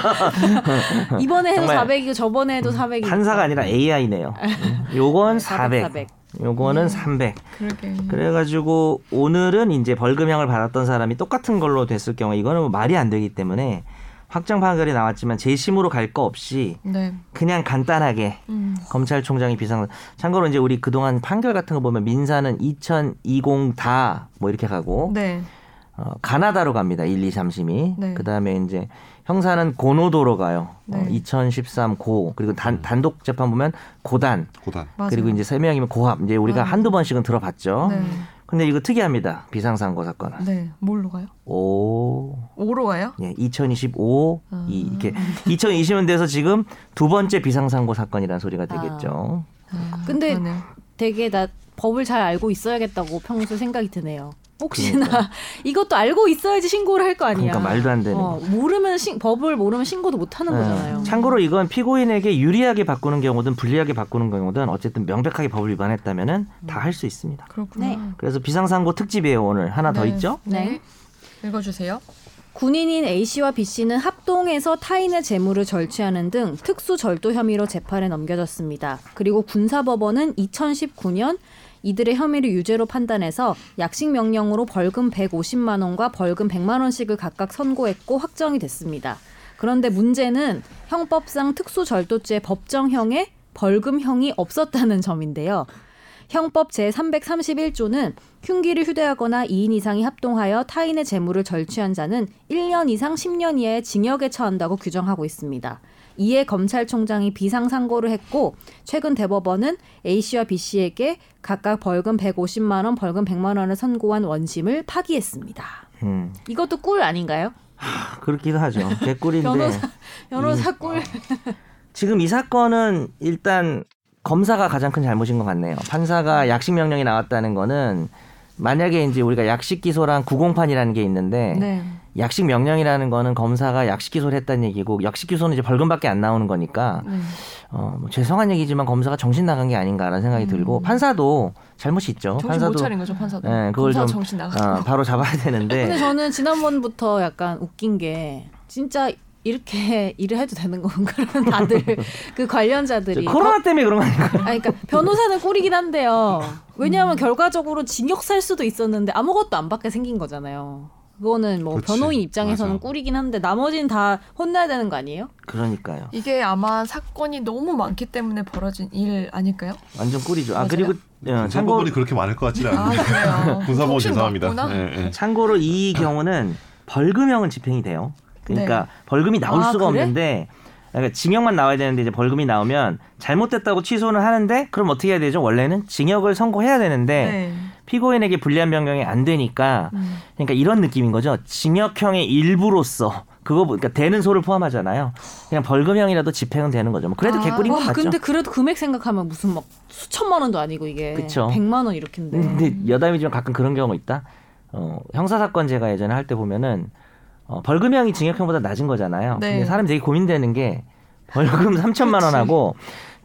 S2: 그러니까. 이번에 해도
S4: 정말.
S2: 400이고 저번에 해도 400이고.
S4: 판사가 아니라 AI네요. 요건 400,
S2: 400.
S4: 요거는 300.
S1: 그러게.
S4: 그래가지고 오늘은 이제 벌금형을 받았던 사람이 똑같은 걸로 됐을 경우 이거는 뭐 말이 안 되기 때문에 확정 판결이 나왔지만 재심으로 갈 거 없이
S1: 네.
S4: 그냥 간단하게
S1: 음.
S4: 검찰총장이 비상 참고로 이제 우리 그동안 판결 같은 거 보면 민사는 2020 다 뭐 이렇게 가고
S1: 네.
S4: 어, 가나다로 갑니다. 1, 2, 3심이.
S1: 네.
S4: 그다음에 이제 형사는 고노도로 가요.
S1: 네. 음.
S4: 2013 고. 그리고 단, 단독 재판 보면 고단.
S3: 고단.
S1: 맞아요.
S4: 그리고 이제 세 명이면 고합. 이제 우리가
S1: 맞아요.
S4: 한두 번씩은 들어봤죠.
S1: 네.
S4: 근데 이거 특이합니다. 비상사고 사건은.
S1: 네. 뭘로 가요?
S4: 오.
S1: 오로 가요?
S4: 예, 2025
S1: 아.
S4: 이, 이렇게 2020년 돼서 지금 두 번째 비상상고 사건이라는 소리가 되겠죠.
S1: 아,
S2: 근데
S1: 그러네요.
S2: 되게 나 법을 잘 알고 있어야겠다고 평소 생각이 드네요. 혹시나 이것도 알고 있어야지 신고를 할 거 아니야.
S4: 그러니까 말도 안 되는
S2: 어, 모르면 신, 법을 모르면 신고도 못 하는
S4: 네.
S2: 거잖아요.
S4: 참고로 이건 피고인에게 유리하게 바꾸는 경우든 불리하게 바꾸는 경우든 어쨌든 명백하게 법을 위반했다면은
S2: 음.
S4: 다 할 수 있습니다.
S1: 그렇구나.
S2: 네.
S4: 그래서 비상상고 특집이에요 오늘 하나 더
S1: 네.
S4: 있죠?
S2: 네.
S1: 읽어주세요.
S2: 군인인 A 씨와 B 씨는 합동해서 타인의 재물을 절취하는 등 특수 절도 혐의로 재판에 넘겨졌습니다. 그리고 군사법원은 2019년 이들의 혐의를 유죄로 판단해서 약식 명령으로 벌금 150만 원과 벌금 100만 원씩을 각각 선고했고 확정이 됐습니다. 그런데 문제는 형법상 특수 절도죄 법정형에 벌금형이 없었다는 점인데요. 형법 제331조는 흉기를 휴대하거나 2인 이상이 합동하여 타인의 재물을 절취한 자는 1년 이상 10년 이하의 징역에 처한다고 규정하고 있습니다. 이에 검찰총장이 비상상고를 했고 최근 대법원은 A씨와 B씨에게 각각 벌금 150만 원, 벌금 100만 원을 선고한 원심을 파기했습니다.
S4: 음
S2: 이것도 꿀 아닌가요?
S4: 아, 그렇기도 하죠. 개꿀인데
S2: 변호사.
S4: 음.
S2: 변호사
S4: 네.
S2: 꿀.
S4: 지금 이 사건은 일단 검사가 가장 큰 잘못인 것 같네요. 판사가 약식 명령이 나왔다는 거는 만약에 이제 우리가 약식 기소랑 구공판이라는 게 있는데
S1: 네.
S4: 약식 명령이라는 거는 검사가 약식 기소를 했다는 얘기고 약식 기소는 이제 벌금밖에 안 나오는 거니까
S1: 네.
S4: 어, 뭐 죄송한 얘기지만 검사가 정신 나간 게 아닌가라는 생각이 들고 판사도 잘못이 있죠.
S1: 음. 정신 못
S4: 어, 판사도
S1: 차린 거죠 판사도.
S4: 네, 그걸
S1: 검사
S4: 좀-
S1: 정신 나가.
S4: 어, 바로 잡아야
S2: 근데
S4: 되는데
S2: 저는 지난번부터 약간 웃긴 게 진짜 이렇게 일을 해도 되는 건가라는 다들 그 관련자들이
S4: 저 코로나 때문에 그런 거 아닌가?
S2: 아니, 그러니까 변호사는 꼴이긴 한데요. 왜냐하면 결과적으로 징역 살 수도 있었는데 아무것도 안 받게 생긴 거잖아요. 그거는 뭐
S3: 그치.
S2: 변호인 입장에서는
S3: 맞아.
S2: 꿀이긴 한데 나머지는 다 혼나야 되는 거 아니에요?
S4: 그러니까요.
S1: 이게 아마 사건이 너무 많기 때문에 벌어진 일 아닐까요?
S4: 완전 꿀이죠. 아
S2: 맞아요.
S4: 그리고 어, 참고
S3: 군사법원이 그렇게 많을 것 같지는
S1: 아
S3: 않은데.
S1: 그래요.
S3: 군사법원
S1: 정신
S3: 죄송합니다.
S1: 맞구나.
S3: 예, 예.
S4: 네. 참고로 이 경우는 벌금형은 집행이 돼요. 그러니까 벌금이 나올
S2: 아,
S4: 수가
S2: 그래?
S4: 없는데 그러니까 징역만 나와야 되는데 이제 벌금이 나오면 잘못됐다고 취소는 하는데 그럼 어떻게 해야 되죠? 원래는 징역을 선고해야 되는데
S1: 네.
S4: 피고인에게 불리한 변경이 안 되니까
S2: 음.
S4: 그러니까 이런 느낌인 거죠. 징역형의 일부로서 그거 뭐- 그러니까 되는 소를 포함하잖아요. 그냥 벌금형이라도 집행은 되는 거죠. 뭐 그래도
S1: 아,
S4: 개꿀인 것
S2: 와,
S4: 같죠.
S2: 근데 그래도 금액 생각하면 무슨 막 수천만 원도 아니고 이게
S4: 그쵸. 음.
S2: 백만 원
S1: 네.
S2: 이렇게인데.
S4: 근데 여담이지만 가끔 그런 경우 있다. 어, 형사 사건 제가 예전에 할 때 보면은 어, 벌금형이 징역형보다 낮은 거잖아요.
S1: 네.
S4: 근데 사람이 되게 고민되는 게 벌금 3천만 원하고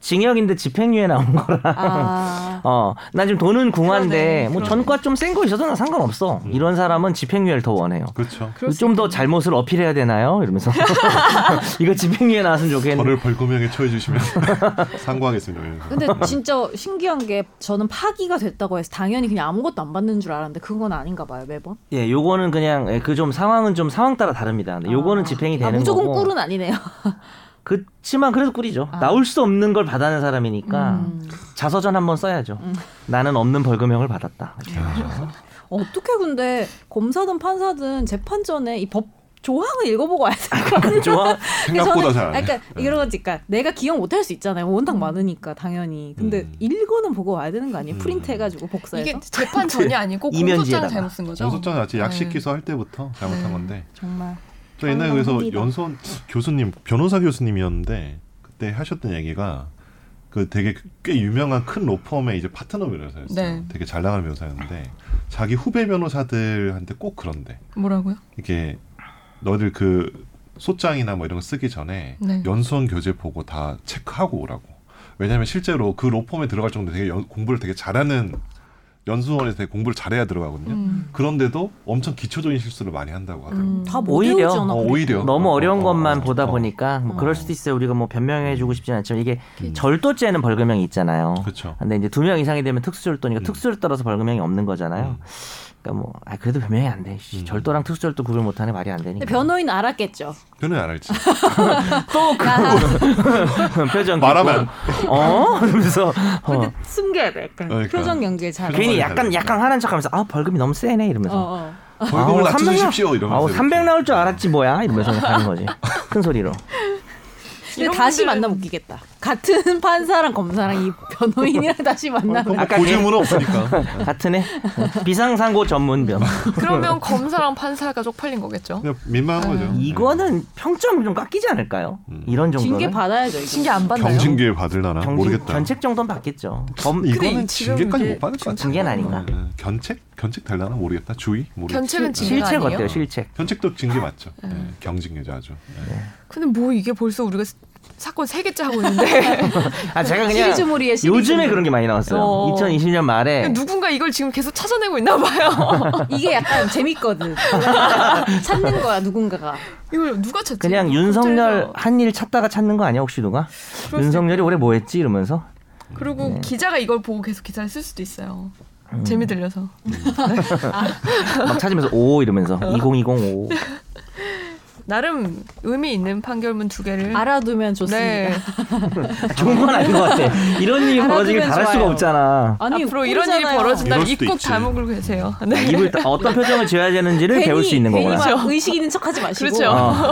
S4: 징역인데 집행유예 나온 거라.
S2: 아,
S4: 어, 나 지금 돈은 궁한데
S1: 그러네,
S4: 뭐 전과 좀 센 거 있어도 나 상관없어. 이런 사람은 집행유예를 더 원해요.
S3: 그렇죠.
S1: 그럴 수
S4: 좀 더 잘못을 어필해야 되나요? 이러면서 이거 집행유예 나왔으면 좋겠는데.
S3: 저를 벌금형에 처해 주시면 상고하겠습니다. 이러면서.
S2: 근데 진짜 신기한 게 저는 파기가 됐다고 해서 당연히 그냥 아무것도 안 받는 줄 알았는데 그건 아닌가 봐요 매번.
S4: 예, 요거는 그냥 그 좀 상황은 좀 상황 따라 다릅니다. 근데 요거는
S2: 아.
S4: 집행이
S2: 아,
S4: 되는
S2: 무조건
S4: 거고.
S2: 꿀은 아니네요.
S4: 그렇지만 그래도 꿀이죠.
S2: 아.
S4: 나올 수 없는 걸 받아낸 사람이니까
S2: 음.
S4: 자서전 한번 써야죠. 나는 없는 벌금형을 받았다.
S2: 어떻게 근데 검사든 판사든 재판 전에 이 법 조항을 읽어보고 와야 될 거 아니에요?
S4: 좋아.
S3: 생각보다 잘 안 해. 네.
S2: 그러니까 이런 거니까 내가 기억 못할 수 있잖아요.
S4: 음.
S2: 워낙 많으니까 당연히. 근데
S3: 음.
S2: 읽어는 보고 와야 되는 거 아니에요?
S3: 음.
S2: 프린트해가지고 복사해서.
S1: 이게 재판 전이 아니고
S4: 이면지에다가.
S1: 공소장을 잘못 쓴 거죠?
S3: 공소장 아직 약식
S1: 네.
S3: 기소 할 때부터 잘못한
S2: 네.
S3: 건데
S2: 정말
S3: 저 옛날에
S2: 아,
S3: 그래서
S2: 낭비다.
S3: 연수원 교수님 변호사 교수님이었는데 그때 하셨던 얘기가 그 되게 꽤 유명한 큰 로펌의 이제 파트너 변호사였어요.
S1: 네.
S3: 되게 잘 나가는 변호사였는데 자기 후배 변호사들한테 꼭 그런데
S1: 뭐라고요?
S3: 이게 너희들 그 소장이나 뭐 이런 거 쓰기 전에
S1: 네.
S3: 연수원 교재 보고 다 체크하고 오라고. 왜냐하면 실제로 그 로펌에 들어갈 정도 로 되게 연- 공부를 되게 잘하는 연수원에서 되게 공부를 잘해야 들어가거든요.
S1: 음.
S3: 그런데도 엄청 기초적인 실수를 많이 한다고 하더라고요.
S2: 다못
S4: 오히려-
S2: 외우잖아.
S3: 어, 오히려
S4: 너무 어려운
S3: 어, 어,
S4: 것만
S3: 어,
S4: 보다
S3: 어.
S4: 보니까 뭐
S2: 어.
S4: 그럴 수도 있어요. 우리가 뭐 변명해주고 싶진 않지만 이게
S3: 음.
S4: 절도죄는 벌금형이 있잖아요.
S3: 그렇죠.
S4: 근데 이제 두 명 이상이 되면 특수절도니까
S3: 음.
S4: 특수를 따라서 벌금형이 없는 거잖아요. 그러니까 뭐 아, 그래도 변명이 안 돼. 씨,
S3: 음.
S4: 절도랑 특수절도 구별 못하는 게 말이 안
S2: 근데
S4: 되니까.
S2: 변호인 알았겠죠. 아,
S3: 변은 안 할지
S4: 표정
S3: 말하면
S4: 짓고, 어? 이러면서 어.
S2: 근데 숨겨야 돼. 약간
S3: 그러니까.
S2: 표정 연기를 잘.
S3: 표정이
S4: 괜히 약간
S3: 다르니까.
S4: 약간 화난 척하면서 아 벌금이 너무 세네
S2: 어,
S4: 이러면서
S2: 어.
S3: 벌금을
S4: 아우, 300
S3: 낮춰주십시오
S4: 나올-
S3: 이러면서
S4: 아우, 뭐
S3: 이렇게.
S4: 300 나올 줄 알았지 뭐야 이러면서 하는 거지 큰 소리로
S2: 근데
S1: 이런
S2: 다시
S1: 분들은-
S2: 만나면 웃기겠다. 같은 판사랑 검사랑
S4: 어,
S2: 이 변호인이랑 다시 만나면
S3: 뭐
S4: 아까 네.
S3: 고지문은 없으니까.
S4: 같은 애 비상상고 전문 변호
S1: 그러면 검사랑 판사가 쪽팔린 거겠죠?
S3: 그냥 민망한 거죠.
S4: 아,
S3: 네.
S4: 이거는 평점 좀 깎이지 않을까요?
S3: 음.
S4: 이런
S2: 징계
S4: 정도는
S2: 받아야죠. 이거.
S1: 징계 안 받나요?
S3: 경징계 받을라나
S4: 경징-
S3: 아, 모르겠다.
S4: 견책 정도는 받겠죠. 검,
S1: 근데
S3: 이거는
S1: 지금
S3: 징계까지
S1: 이게
S3: 못 받을 것 같아.
S4: 징계는 아닌가?
S3: 견책? 견책 달라나 모르겠다. 주의? 모르겠다.
S1: 견책은 징계
S4: 실책
S1: 아니에요?
S4: 어때요? 음. 실책.
S3: 견책도 징계 맞죠. 예, 경징계죠 아주. 예.
S1: 근데 뭐 이게 벌써 우리가 스- 사건 세 개째 하고 있는데
S4: 아 제가 그냥
S2: 시리즈물이에요. 뭐- 시리즈물.
S4: 요즘에 그런 게 많이 나왔어요.
S1: 어.
S4: 2020년 말에
S1: 누군가 이걸 지금 계속 찾아내고 있나 봐요.
S2: 이게 약간 재밌거든. 찾는 거야 누군가가.
S1: 이걸 누가 찾지?
S4: 그냥 윤석열 한 일 찾다가 찾는 거 아니야 혹시 누가?
S1: 그럴
S4: 윤석열이 올해 뭐 했지 이러면서
S1: 그리고
S4: 네.
S1: 기자가 이걸 보고 계속 기사를 쓸 수도 있어요.
S4: 음.
S1: 재미 들려서.
S4: 막 찾으면서 오 이러면서 20205
S1: 나름 의미 있는 판결문 두 개를
S2: 알아두면 좋습니다.
S1: 음. 네.
S4: 좋은 건 아닌 것 같아. 이런 일이 벌어지길
S2: 알아두면
S4: 바랄 수가
S2: 좋아요.
S4: 없잖아.
S2: 아니
S1: 앞으로 이런 일이
S2: 꿀이잖아요.
S1: 벌어진다면
S3: 이럴 수도
S1: 입꼭
S3: 있지.
S1: 다물고 계세요. 네.
S4: 입을 따- 어떤 표정을 지어야 되는지를
S2: 괜히-
S4: 배울 수 있는
S2: 괜히
S4: 거구나.
S2: 막 의식 있는 척하지 마시고
S1: 그렇죠.
S4: 어,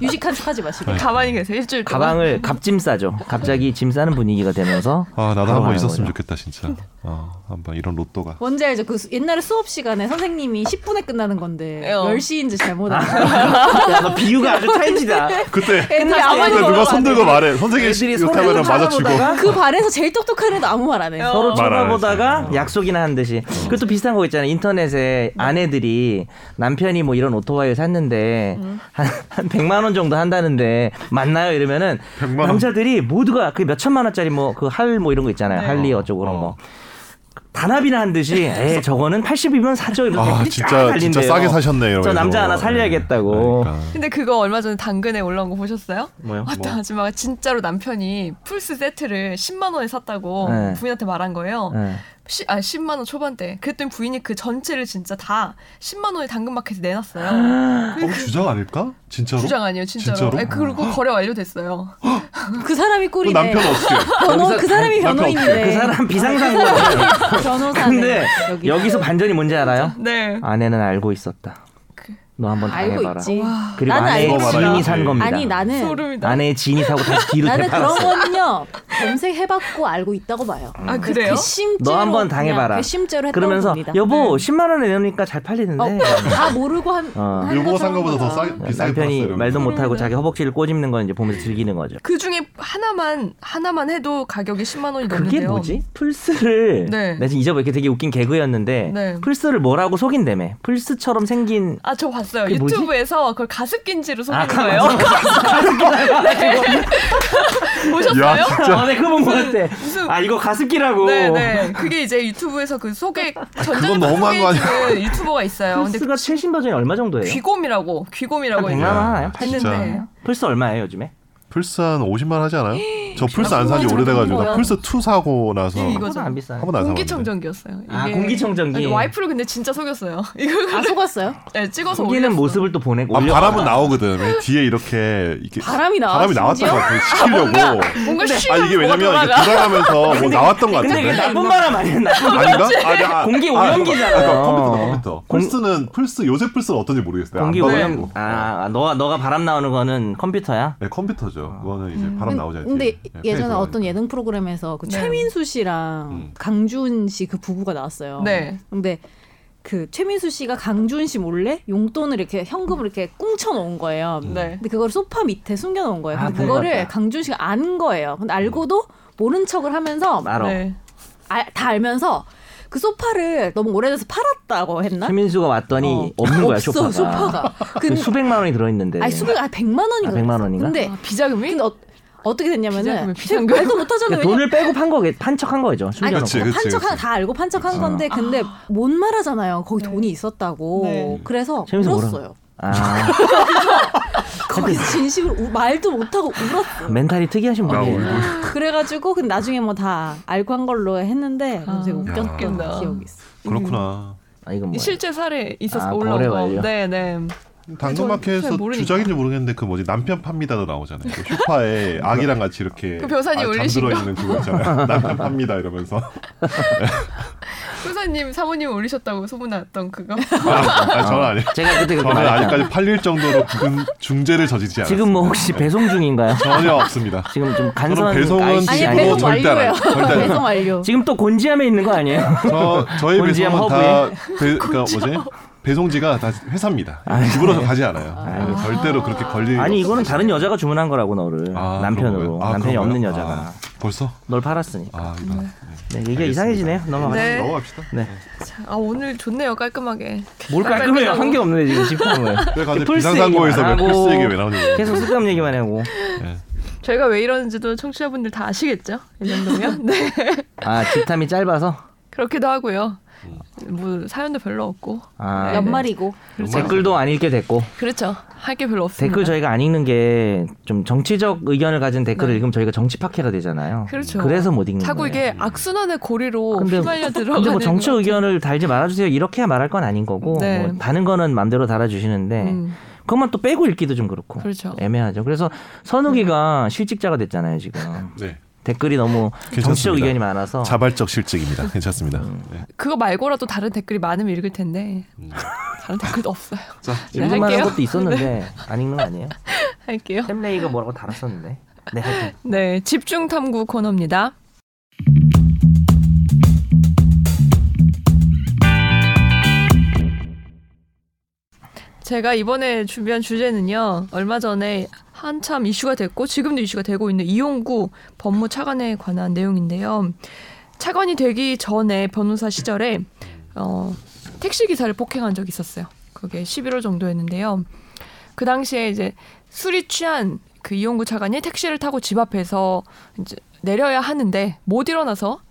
S2: 유식한 척하지
S3: 음.
S2: 마시고.
S4: 네.
S1: 가만히 계세요 일주일 동안.
S4: 가방을 갑짐 싸죠. 갑자기 짐 싸는 분위기가 되면서
S3: 아 나도
S4: 들어가는
S3: 한번 있었으면
S4: 거죠.
S3: 좋겠다 진짜. 어, 한번 이런 로또가.
S2: 뭔지 알죠? 그 수- 옛날에 수업 시간에 선생님이 10분에 끝나는 건데
S1: 어.
S2: 10시인지 잘못
S4: 아.
S2: 알고
S4: 야, 너 비유가 아주 찰지다.
S3: 그때
S2: 애들이
S1: 아무리
S2: 아무리
S3: 그때 누가
S2: 뭐라고 안
S3: 손들고
S2: 해도
S3: 말해. 선생님
S4: 애들이
S3: 욕하면
S4: 손을
S3: 맞아치고.
S4: 쳐다보다가
S2: 그 반에서 제일 똑똑한 애도 아무 말 안 해요.
S1: 어.
S4: 서로
S3: 말안
S4: 쳐다보다가
S3: 했어요.
S4: 약속이나 한 듯이 그것도 비슷한 거 있잖아요 인터넷에 아내들이 남편이 뭐 이런 오토바이를 샀는데 한, 한 100만 원 정도 한다는데 맞나요 이러면은
S3: 100만 원.
S4: 남자들이 모두가 그 몇 천만 원짜리 뭐 그 할 뭐 이런 거
S2: 네.
S4: 있잖아요 할리 어쩌고 그런
S3: 어.
S4: 거 단합이나 한 듯이 에 저거는 80이면 사죠 이런
S3: 아
S4: 댓글이 쫙
S3: 진짜 진짜
S4: 달린대요.
S3: 싸게 사셨네
S4: 저
S3: 이러면서.
S4: 남자 하나 살려야겠다고
S3: 그러니까.
S1: 근데 그거 얼마 전에 당근에 올라온 거 보셨어요?
S4: 뭐요?
S1: 왔다 아줌마가 진짜로 남편이 풀스 세트를 10만 원에 샀다고
S4: 네.
S1: 부인한테 말한 거예요.
S4: 예.
S1: 시, 아 10만 원 초반대. 그랬더니 부인이 그 전체를 진짜 다 10만 원에 당근마켓에 내놨어요.
S3: 어, 주장 아닐까? 진짜로?
S1: 주장 아니에요, 진짜로.
S3: 진짜로?
S1: 아니, 그리고 거래 완료됐어요.
S2: 그 사람이
S3: 그
S2: 꿀이네.
S3: 남편 어떻게? 해요?
S2: 변호 그 사람이
S3: 남편
S2: 변호인데.
S4: 그 사람 비상상고
S2: 네. 변호사네.
S4: 그 근데
S2: 여기.
S4: 여기서 반전이 뭔지 알아요?
S1: 네.
S4: 아내는 알고 있었다.
S1: 그-
S4: 너 한번
S2: 알고
S4: 당해봐라.
S2: 있지.
S4: 그리고
S2: 나는
S4: 아내의
S2: 알고
S3: 있지.
S4: 지인이 산
S3: 아니,
S4: 겁니다.
S2: 아니 나는
S1: 소름이다.
S4: 아내의 지인이 사고 다시 뒤로
S2: 나는 그런
S4: 되팔았어.
S2: 거는요 검색해봤고 알고 있다고 봐요.
S1: 아 그래요?
S2: 괘씸죄로
S4: 너
S2: 그냥
S4: 한번 당해봐라.
S2: 괘씸죄로 했다고
S4: 그러면서
S2: 봅니다. 네.
S4: 여보 10만 원에 내놓으니까 잘 팔리는데
S2: 어, 다 모르고 한.
S4: 어.
S2: 한
S3: 요거 산 거보다 더
S2: 거잖아.
S3: 싸게 비싸게
S4: 남편이
S3: 팔았어요,
S4: 말도
S3: 이러면서.
S4: 못하고 자기 허벅지를 꼬집는 건 이제 보면서 즐기는 거죠.
S1: 그 중에 하나만 하나만 해도 가격이 10만 원이
S4: 그게
S1: 넘는데요.
S4: 뭐지? 플스를
S1: 네.
S4: 내가 지금 잊어버려. 이게 되게 웃긴 개그였는데
S1: 네.
S4: 플스를 뭐라고 속인다며. 플스처럼 생긴
S1: 아 저 봤어요.
S4: 그게 뭐지?
S1: 유튜브에서 그걸 가습 낀지로 속이는
S4: 아,
S1: 거예요.
S4: 가슴- 가슴 끼나 해가지고
S1: 보셨어요?
S4: 아, 네, 그거 본것 같아.
S1: 무슨
S4: 아, 이거 가습기라고.
S1: 네네 그게 이제 유튜브에서 그 소개 전자제품
S3: 너무한 거 아니야?
S1: 소개해주는 유튜버가 있어요. 근데
S4: 플스가 최신 버전이 얼마 정도예요?
S1: 귀곰이라고 귀곰이라고
S4: 한
S1: 이제
S4: 100만 원 하나요?
S1: 했는데
S3: 아, 진짜.
S4: 플스 얼마예요, 요즘에?
S1: 어.
S3: 플스 한 50만 하지 않아요? 저 플스 안 산 지
S1: 그거
S3: 오래돼가지고
S1: 저거
S3: 나 플스 2 사고 나서
S1: 이거
S4: 그거보다 안 비싸요.
S3: 한 번도 안 사봤는데
S1: 공기청정기였어요.
S4: 아,
S1: 이게-
S4: 공기청정기.
S1: 아니, 와이프를 근데 진짜 속였어요. 이거
S2: 아 속았어요?
S1: 네, 찍어서
S4: 속이는
S1: 올렸어.
S4: 모습을 또 보내고.
S3: 아
S4: 올려-
S3: 바람은 나오거든 왜 뒤에 이렇게 이렇게
S2: 바람이 나와,
S3: 바람이
S2: 심지어?
S3: 나왔던 것 같아 시키려고
S1: 뭔가 쉬
S3: 아 이게 왜냐면 이게 돌아가면서 뭐 나왔던 것
S4: 근데 이게
S3: 같은데
S4: 나쁜 바람 아니야, 나쁜 바람.
S3: 아닌가? 아, 나-
S4: 공기
S3: 아,
S4: 오염기잖아요.
S3: 아, 그러니까 컴퓨터다 컴퓨터.
S4: 공-
S3: 플스는 플스 요새 플스는 어떤지 모르겠어요. 네,
S4: 공기
S3: 안
S4: 오염.
S3: 봐가지고.
S4: 아, 아, 너가 너가 바람 나오는 거는 컴퓨터야.
S3: 네 컴퓨터죠. 그거는 이제
S1: 음,
S3: 바람 나오지 않지.
S2: 근데 예전에
S3: 팬에서. 네,
S2: 어떤 예능 프로그램에서 그
S1: 네.
S2: 최민수 씨랑
S3: 음.
S2: 강준 씨 그 부부가 나왔어요.
S1: 네.
S2: 근데 그 최민수 씨가 강준 씨 몰래 용돈을 이렇게 현금을 이렇게 꽁쳐 놓은 거예요.
S3: 음.
S1: 네.
S2: 근데 그걸 소파 밑에 숨겨 놓은 거예요.
S4: 아,
S2: 근데
S4: 본
S2: 그거를
S4: 것 같다.
S2: 강준 씨가 안 거예요. 근데 알고도 모른 척을 하면서
S4: 알아.
S1: 네.
S2: 알- 다 알면서 그 소파를 너무 오래돼서 팔았다고 했나?
S4: 최민수가
S2: 어.
S4: 왔더니 없는 거야
S2: 없어,
S4: 소파가.
S2: 소파가.
S1: 그
S2: 근데
S4: 수백만 원이 들어있는데.
S2: 아니 수백 아 백만 원인가?
S4: 아, 100만 원인가?
S2: 근데
S1: 아, 비자금이?
S2: 근데 어, 어떻게
S1: 비자금이
S2: 됐냐면은
S1: 비싼 거야?
S2: 말도 못 하잖아요.
S4: 그러니까 돈을 빼고 판 거겠, 판척한 거죠.
S2: 아니
S4: 숨겨놓고.
S3: 그치, 그치,
S2: 판척한
S3: 그치.
S2: 다 알고 판척한
S4: 그치.
S2: 건데 근데 못 말하잖아요. 거기
S1: 아. 네.
S2: 돈이 있었다고.
S1: 네.
S2: 그래서
S4: 재밌어,
S2: 울었어요.
S4: 아,
S2: 거기서 진심으로 우- 말도 못하고 울었어.
S4: 멘탈이 특이하신
S3: 아,
S4: 분이에요.
S3: 울고 있어.
S2: 그래가지고 근데 나중에 뭐 다 알고 한 걸로 했는데
S1: 아,
S2: 되게
S1: 웃겼겠다.
S2: 웃겼던 기억이 있어.
S3: 그렇구나.
S4: 아, 이건 뭐?
S1: 실제 사례 있어서
S4: 아,
S1: 올라온
S4: 거래
S1: 거.
S4: 완료.
S1: 네, 네. 전
S3: 당근마켓에서
S1: 잘 모르니까.
S3: 주작인지 모르겠는데 그 뭐지 남편 팝니다도 나오잖아요. 그 쇼파에 아기랑 같이 이렇게
S1: 그 변호사님
S3: 아,
S1: 올리신 아,
S3: 잠들어 있는 그거 있잖아요. 남편 팝니다 이러면서
S1: 교사님, 사모님 올리셨다고 소문났던 그거.
S3: 아, 아, 저는 아니에요.
S4: 제가 그때 그거
S3: 저는
S4: 말했잖아.
S3: 아직까지 팔릴 정도로 금- 중재를 저지지 않았어요.
S4: 그러니까. 지금 뭐 혹시 배송 중인가요?
S3: 전혀 없습니다.
S4: 지금 좀
S3: 저는
S4: 간선
S3: 배송은
S4: 아이씨
S2: 아니,
S3: 지금
S2: 배송
S3: 뭐
S4: 아니에요? 뭐
S3: 절대 안
S2: 완료예요.
S3: 해요. 절대 안 해요.
S2: 배송 완료.
S4: 지금 또 곤지암에 있는 거 아니에요?
S3: 저 저희
S4: 곤지암
S3: 배송은 다
S4: 허브에? 그렇죠.
S3: 배, 그러니까 뭐지 배송지가 다 회사입니다.
S4: 아,
S3: 집으로 가지 않아요. 네, 절대로 그렇게 걸릴
S4: 아니
S3: 일이
S4: 이거는
S3: 없어요.
S4: 다른 여자가 주문한 거라고 너를
S3: 아, 그런
S4: 남편으로
S3: 거예요? 아,
S4: 남편이
S3: 그런
S4: 없는
S3: 거예요?
S4: 여자가
S3: 아, 벌써
S4: 널 팔았으니
S3: 아 이거
S4: 네, 이게 이상해지네요 넘어가
S1: 네.
S3: 넘어갑시다.
S4: 네.
S1: 아, 오늘 좋네요. 깔끔하게.
S4: 뭘 깔끔해요 한 게 없는데 지금 식품을
S3: 왜 갑자기
S4: 플스
S3: 비상상고에서
S4: 얘기만
S3: 왜
S4: 하고.
S3: 플스 얘기 왜 나오는지 네. 모르겠어요.
S4: 계속 쓸데없는 얘기만 하고
S1: 저희가 왜 이러는지도 청취자분들 다 아시겠죠? 이 정도면. 네.
S4: 아 집탐이 짧아서
S1: 그렇기도 하고요. 뭐 사연도 별로 없고.
S4: 아,
S2: 연말이고
S4: 네. 댓글도 안 읽게 됐고
S1: 그렇죠. 할 게 별로 없습니다.
S4: 댓글 저희가 안 읽는 게 좀 정치적 의견을 가진 댓글을 읽으면 저희가 정치 파괴가 되잖아요
S1: 그렇죠.
S4: 래서못 읽는
S1: 자꾸
S4: 거예요
S1: 이게 악순환의 고리로
S4: 음. 아, 근데,
S1: 휘말려 들어가는
S4: 근데 뭐 정치
S1: 것 같아요.
S4: 의견을 달지 말아주세요 이렇게 말할 건 아닌 거고
S1: 네.
S4: 뭐 다른 거는 맘대로 달아주시는데
S1: 음.
S4: 그것만 또 빼고 읽기도 좀 그렇고
S1: 그렇죠. 네.
S4: 애매하죠. 그래서 선욱이가 실직자가 됐잖아요 지금
S3: 네.
S4: 댓글이 너무
S3: 괜찮습니다.
S4: 정치적 의견이 많아서
S3: 자발적 실직입니다. 괜찮습니다.
S4: 음.
S3: 네.
S1: 그거 말고라도 다른 댓글이 많으면 읽을 텐데 다른 댓글도 없어요.
S3: 자,
S4: 읽을
S1: 네,
S4: 만한
S1: 할게요.
S4: 것도 있었는데 안 읽는 거 아니에요?
S1: 할게요.
S4: 템레이가 뭐라고 달았었는데. 네, 하여튼.
S1: 네, 집중 탐구 코너입니다. 제가 이번에 준비한 주제는요. 얼마 전에 한참 이슈가 됐고 지금도 이슈가 되고 있는 이용구 법무 차관에 관한 내용인데요. 차관이 되기 전에 변호사 시절에 어, 택시 기사를 폭행한 적이 있었어요. 그게 11월 정도였는데요. 그 당시에 이제 술이 취한 그 이용구 차관이 택시를 타고 집 앞에서 이제 내려야 하는데 못 일어나서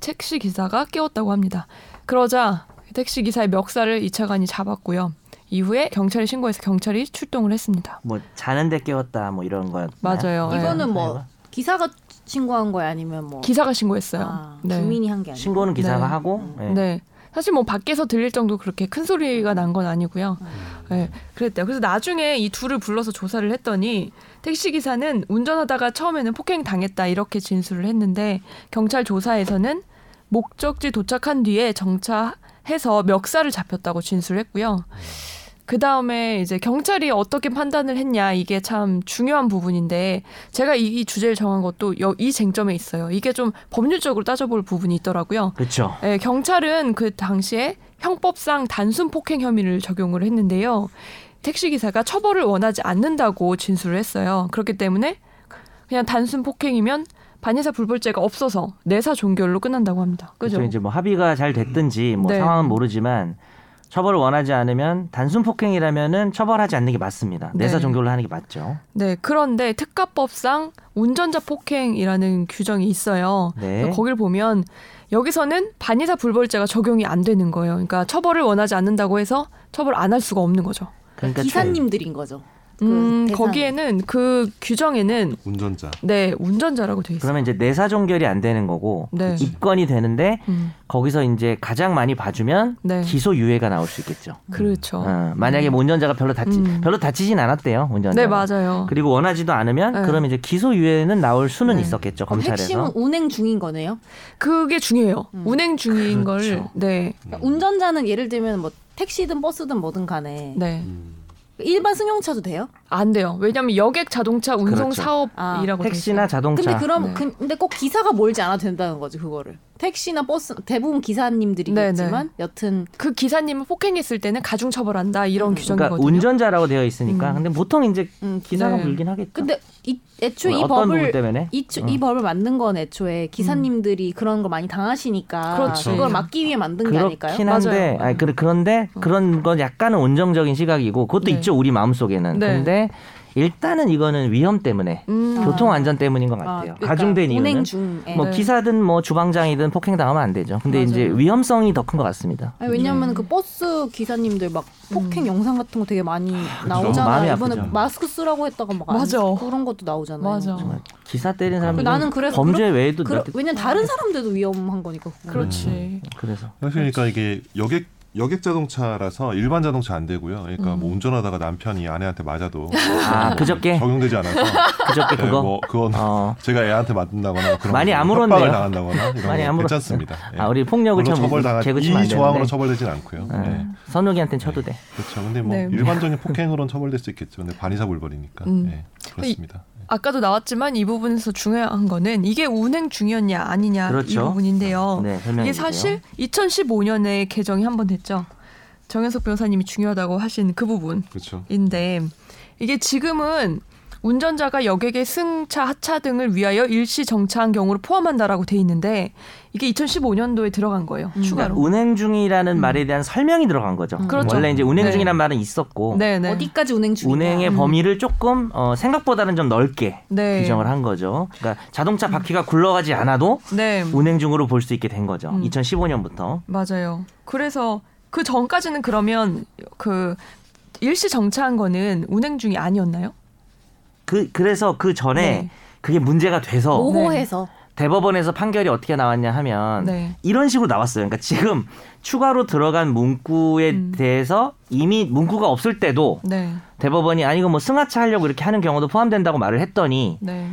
S1: 택시 기사가 깨웠다고 합니다. 그러자 택시 기사의 멱살을 이 차관이 잡았고요. 이후에 경찰에 신고해서 경찰이 출동을 했습니다.
S4: 뭐 자는데 깨웠다 뭐 이런 거
S1: 맞아요. 네.
S2: 이거는 뭐 기사가 신고한 거야 아니면 뭐
S1: 기사가 신고했어요.
S2: 아,
S1: 네.
S2: 주민이 한 게 아니야?
S4: 신고는 기사가
S1: 네.
S4: 하고 네.
S1: 네. 사실 뭐 밖에서 들릴 정도 그렇게 큰 소리가 난 건 아니고요. 네, 그랬대요. 그래서 나중에 이 둘을 불러서 조사를 했더니 택시 기사는 운전하다가 처음에는 폭행 당했다 이렇게 진술을 했는데 경찰 조사에서는 목적지 도착한 뒤에 정차해서 멱살을 잡혔다고 진술했고요. 그 다음에 이제 경찰이 어떻게 판단을 했냐 이게 참 중요한 부분인데 제가 이, 이 주제를 정한 것도 여- 이 쟁점에 있어요. 이게 좀 법률적으로 따져볼 부분이 있더라고요.
S4: 그렇죠.
S1: 예, 경찰은 그 당시에 형법상 단순 폭행 혐의를 적용을 했는데요. 택시 기사가 처벌을 원하지 않는다고 진술을 했어요. 그렇기 때문에 그냥 단순 폭행이면 반의사 불벌죄가 없어서 내사 종결로 끝난다고 합니다. 그죠?
S4: 그래서 이제 뭐 합의가 잘 됐든지 뭐
S1: 네.
S4: 상황은 모르지만 처벌을 원하지 않으면 단순 폭행이라면은 처벌하지 않는 게 맞습니다. 내사
S1: 네.
S4: 종결로 하는 게 맞죠.
S1: 네, 그런데 특가법상 운전자 폭행이라는 규정이 있어요.
S4: 네.
S1: 그래서 거길 보면 여기서는 반의사 불벌죄가 적용이 안 되는 거예요. 그러니까 처벌을 원하지 않는다고 해서 처벌 안 할 수가 없는 거죠.
S4: 그러니까
S2: 기사님들인 거죠. 그
S1: 음,
S2: 대상이.
S1: 거기에는 그 규정에는
S3: 운전자.
S1: 네 운전자라고 돼
S4: 총-
S1: 있어요.
S4: 그러면 이제 내사 종결이 안 되는 거고
S1: 네.
S4: 입건이 되는데
S1: 음,
S4: 거기서 이제 가장 많이 봐주면
S1: 네.
S4: 기소 유예가 나올 수 있겠죠.
S1: 그렇죠.
S4: 어, 만약에 뭐 운전자가 별로 다치
S1: 음.
S4: 별로 다치진 않았대요 운전자.
S1: 네 맞아요.
S4: 그리고 원하지도 않으면
S1: 네.
S4: 그럼 이제 기소 유예는 나올 수는
S1: 네.
S4: 있었겠죠
S2: 그럼 핵심은
S4: 검찰에서.
S2: 운행 중인 거네요.
S1: 그게 중요해요.
S2: 음.
S1: 운행 중인
S3: 그렇죠.
S1: 걸 네,
S2: 그러니까
S4: 음.
S2: 운전자는 예를 들면 뭐 택시든 버스든 뭐든 간에
S1: 네.
S3: 음.
S2: 일반 승용차도 돼요?
S1: 안 돼요. 왜냐하면 여객 자동차 운송
S4: 그렇죠.
S1: 사업이라고 돼
S4: 택시나
S1: 있어요.
S4: 자동차.
S2: 근데 그럼
S1: 네.
S2: 그- 근데 꼭 기사가 몰지 않아도 된다는 거지 그거를 택시나 버스 대부분 기사님들이겠지만 여튼
S1: 그 기사님은 폭행했을 때는 가중 처벌한다 이런
S2: 음.
S4: 그러니까
S1: 규정이거든요.
S4: 운전자라고 되어 있으니까.
S1: 음.
S4: 근데 보통 이제
S2: 음,
S4: 기사가
S1: 네.
S4: 물긴 하겠죠.
S2: 근데 이, 애초에 이
S4: 뭐 어떤 부분
S2: 법을
S4: 때문에?
S2: 이, 추-
S4: 음.
S2: 이 법을 만든 건 애초에 기사님들이 그런 거 많이 당하시니까
S1: 음. 그렇지.
S2: 그걸 막기 위해 만든 게 아닐까요? 음.
S4: 그렇긴 한데
S1: 맞아요.
S4: 아니, 그, 그런데 그런 건 약간은 온정적인 시각이고 그것도
S1: 네.
S4: 있죠 우리 마음속에는
S1: 네.
S4: 근데 일단은 이거는 위험 때문에
S1: 음.
S2: 아.
S4: 교통안전 때문인 것 같아요
S2: 그러니까
S4: 가중된 이유는
S2: 운행 중에 예.
S4: 뭐
S1: 네.
S4: 기사든 뭐 주방장이든 폭행당하면 안 되죠 근데
S1: 맞아요.
S4: 이제 위험성이 더 큰 것 같습니다
S2: 아니,
S4: 음.
S2: 왜냐면 그 버스 기사님들 막
S1: 음.
S2: 폭행 영상 같은 거 되게 많이
S4: 아, 마음이
S2: 나오잖아요. 이번에
S4: 아프죠.
S2: 마스크 쓰라고 했다가 막 안-
S1: 맞아.
S2: 그런 것도 나오잖아요.
S1: 맞아.
S4: 정말 기사 때린
S3: 그러니까.
S4: 사람들
S2: 나는 그래서
S4: 음, 범죄 외에도
S2: 그러,
S4: 몇 개-
S2: 왜냐면 다른 사람들도 위험한 거니까. 그거는.
S4: 음.
S1: 그렇지.
S4: 그래서
S3: 사실 그러니까 이게 여객 여객 자동차라서 일반 자동차 안 되고요. 그러니까 뭐 운전하다가 남편이 아내한테 맞아도
S4: 음. 아 그저께
S3: 적용되지 않아서
S4: 그저께
S3: 네,
S4: 그거
S3: 뭐 그건
S4: 어.
S3: 제가 애한테 맞는다거나 그런
S4: 많이
S3: 거,
S4: 아무런데요.
S3: 협박을 당한다거나 이런
S4: 많이
S3: 거
S4: 아무런-
S3: 괜찮습니다. 예.
S4: 아 우리 폭력을
S3: 물론
S4: 참
S3: 처벌당한
S4: 개그 치면 안
S3: 이 조항으로
S4: 되는데 네.
S3: 처벌되진 않고요. 예.
S4: 선욱이한테는 쳐도 돼
S3: 그렇죠. 근데 뭐
S1: 네.
S3: 일반적인 폭행으로는 처벌될 수 있겠죠. 근데 반의사 불벌이니까.
S1: 음.
S3: 예, 그렇습니다.
S1: 아까도 나왔지만 이 부분에서 중요한 거는 이게 운행 중이었냐 아니냐 이
S4: 그렇죠.
S1: 부분인데요.
S4: 네 설명해
S1: 이게
S4: 주세요
S1: 사실 2015년에 개정이 한 번 됐죠. 정현석 변호사님이 중요하다고 하신 그 부분.
S3: 그렇죠.
S1: 인데 이게 지금은 운전자가 여객의 승차 하차 등을 위하여 일시 정차한 경우를 포함한다라고 돼 있는데 이게 2015년도에 들어간 거예요
S2: 음.
S4: 그러니까
S2: 네.
S1: 추가로.
S4: 운행 중이라는 말에 대한 설명이 들어간 거죠.
S1: 그렇죠.
S4: 원래 이제 운행
S1: 네.
S4: 중이라는 말은 있었고
S1: 네네. 음.
S2: 어디까지 운행 중이냐.
S4: 운행의 범위를 조금 어, 생각보다는 좀 넓게
S1: 네.
S4: 규정을 한 거죠. 그러니까 자동차 바퀴가 굴러가지 않아도
S1: 네
S4: 운행 중으로 볼 수 있게 된 거죠.
S1: 음.
S4: 2015년부터
S1: 맞아요. 그래서 그 전까지는 그러면 그 일시 정차한 거는 운행 중이 아니었나요?
S4: 그 그래서 그 전에
S1: 네. 뭐?
S4: 그게 문제가 돼서
S2: 모호해서
S4: 대법원에서 판결이 어떻게 나왔냐 하면
S1: 네.
S4: 이런 식으로 나왔어요. 그러니까 지금 추가로 들어간 문구에
S1: 음.
S4: 대해서 이미 문구가 없을 때도
S1: 네.
S4: 대법원이 아니 이거 뭐 승하차 하려고 이렇게 하는 경우도 포함된다고 말을 했더니
S1: 네.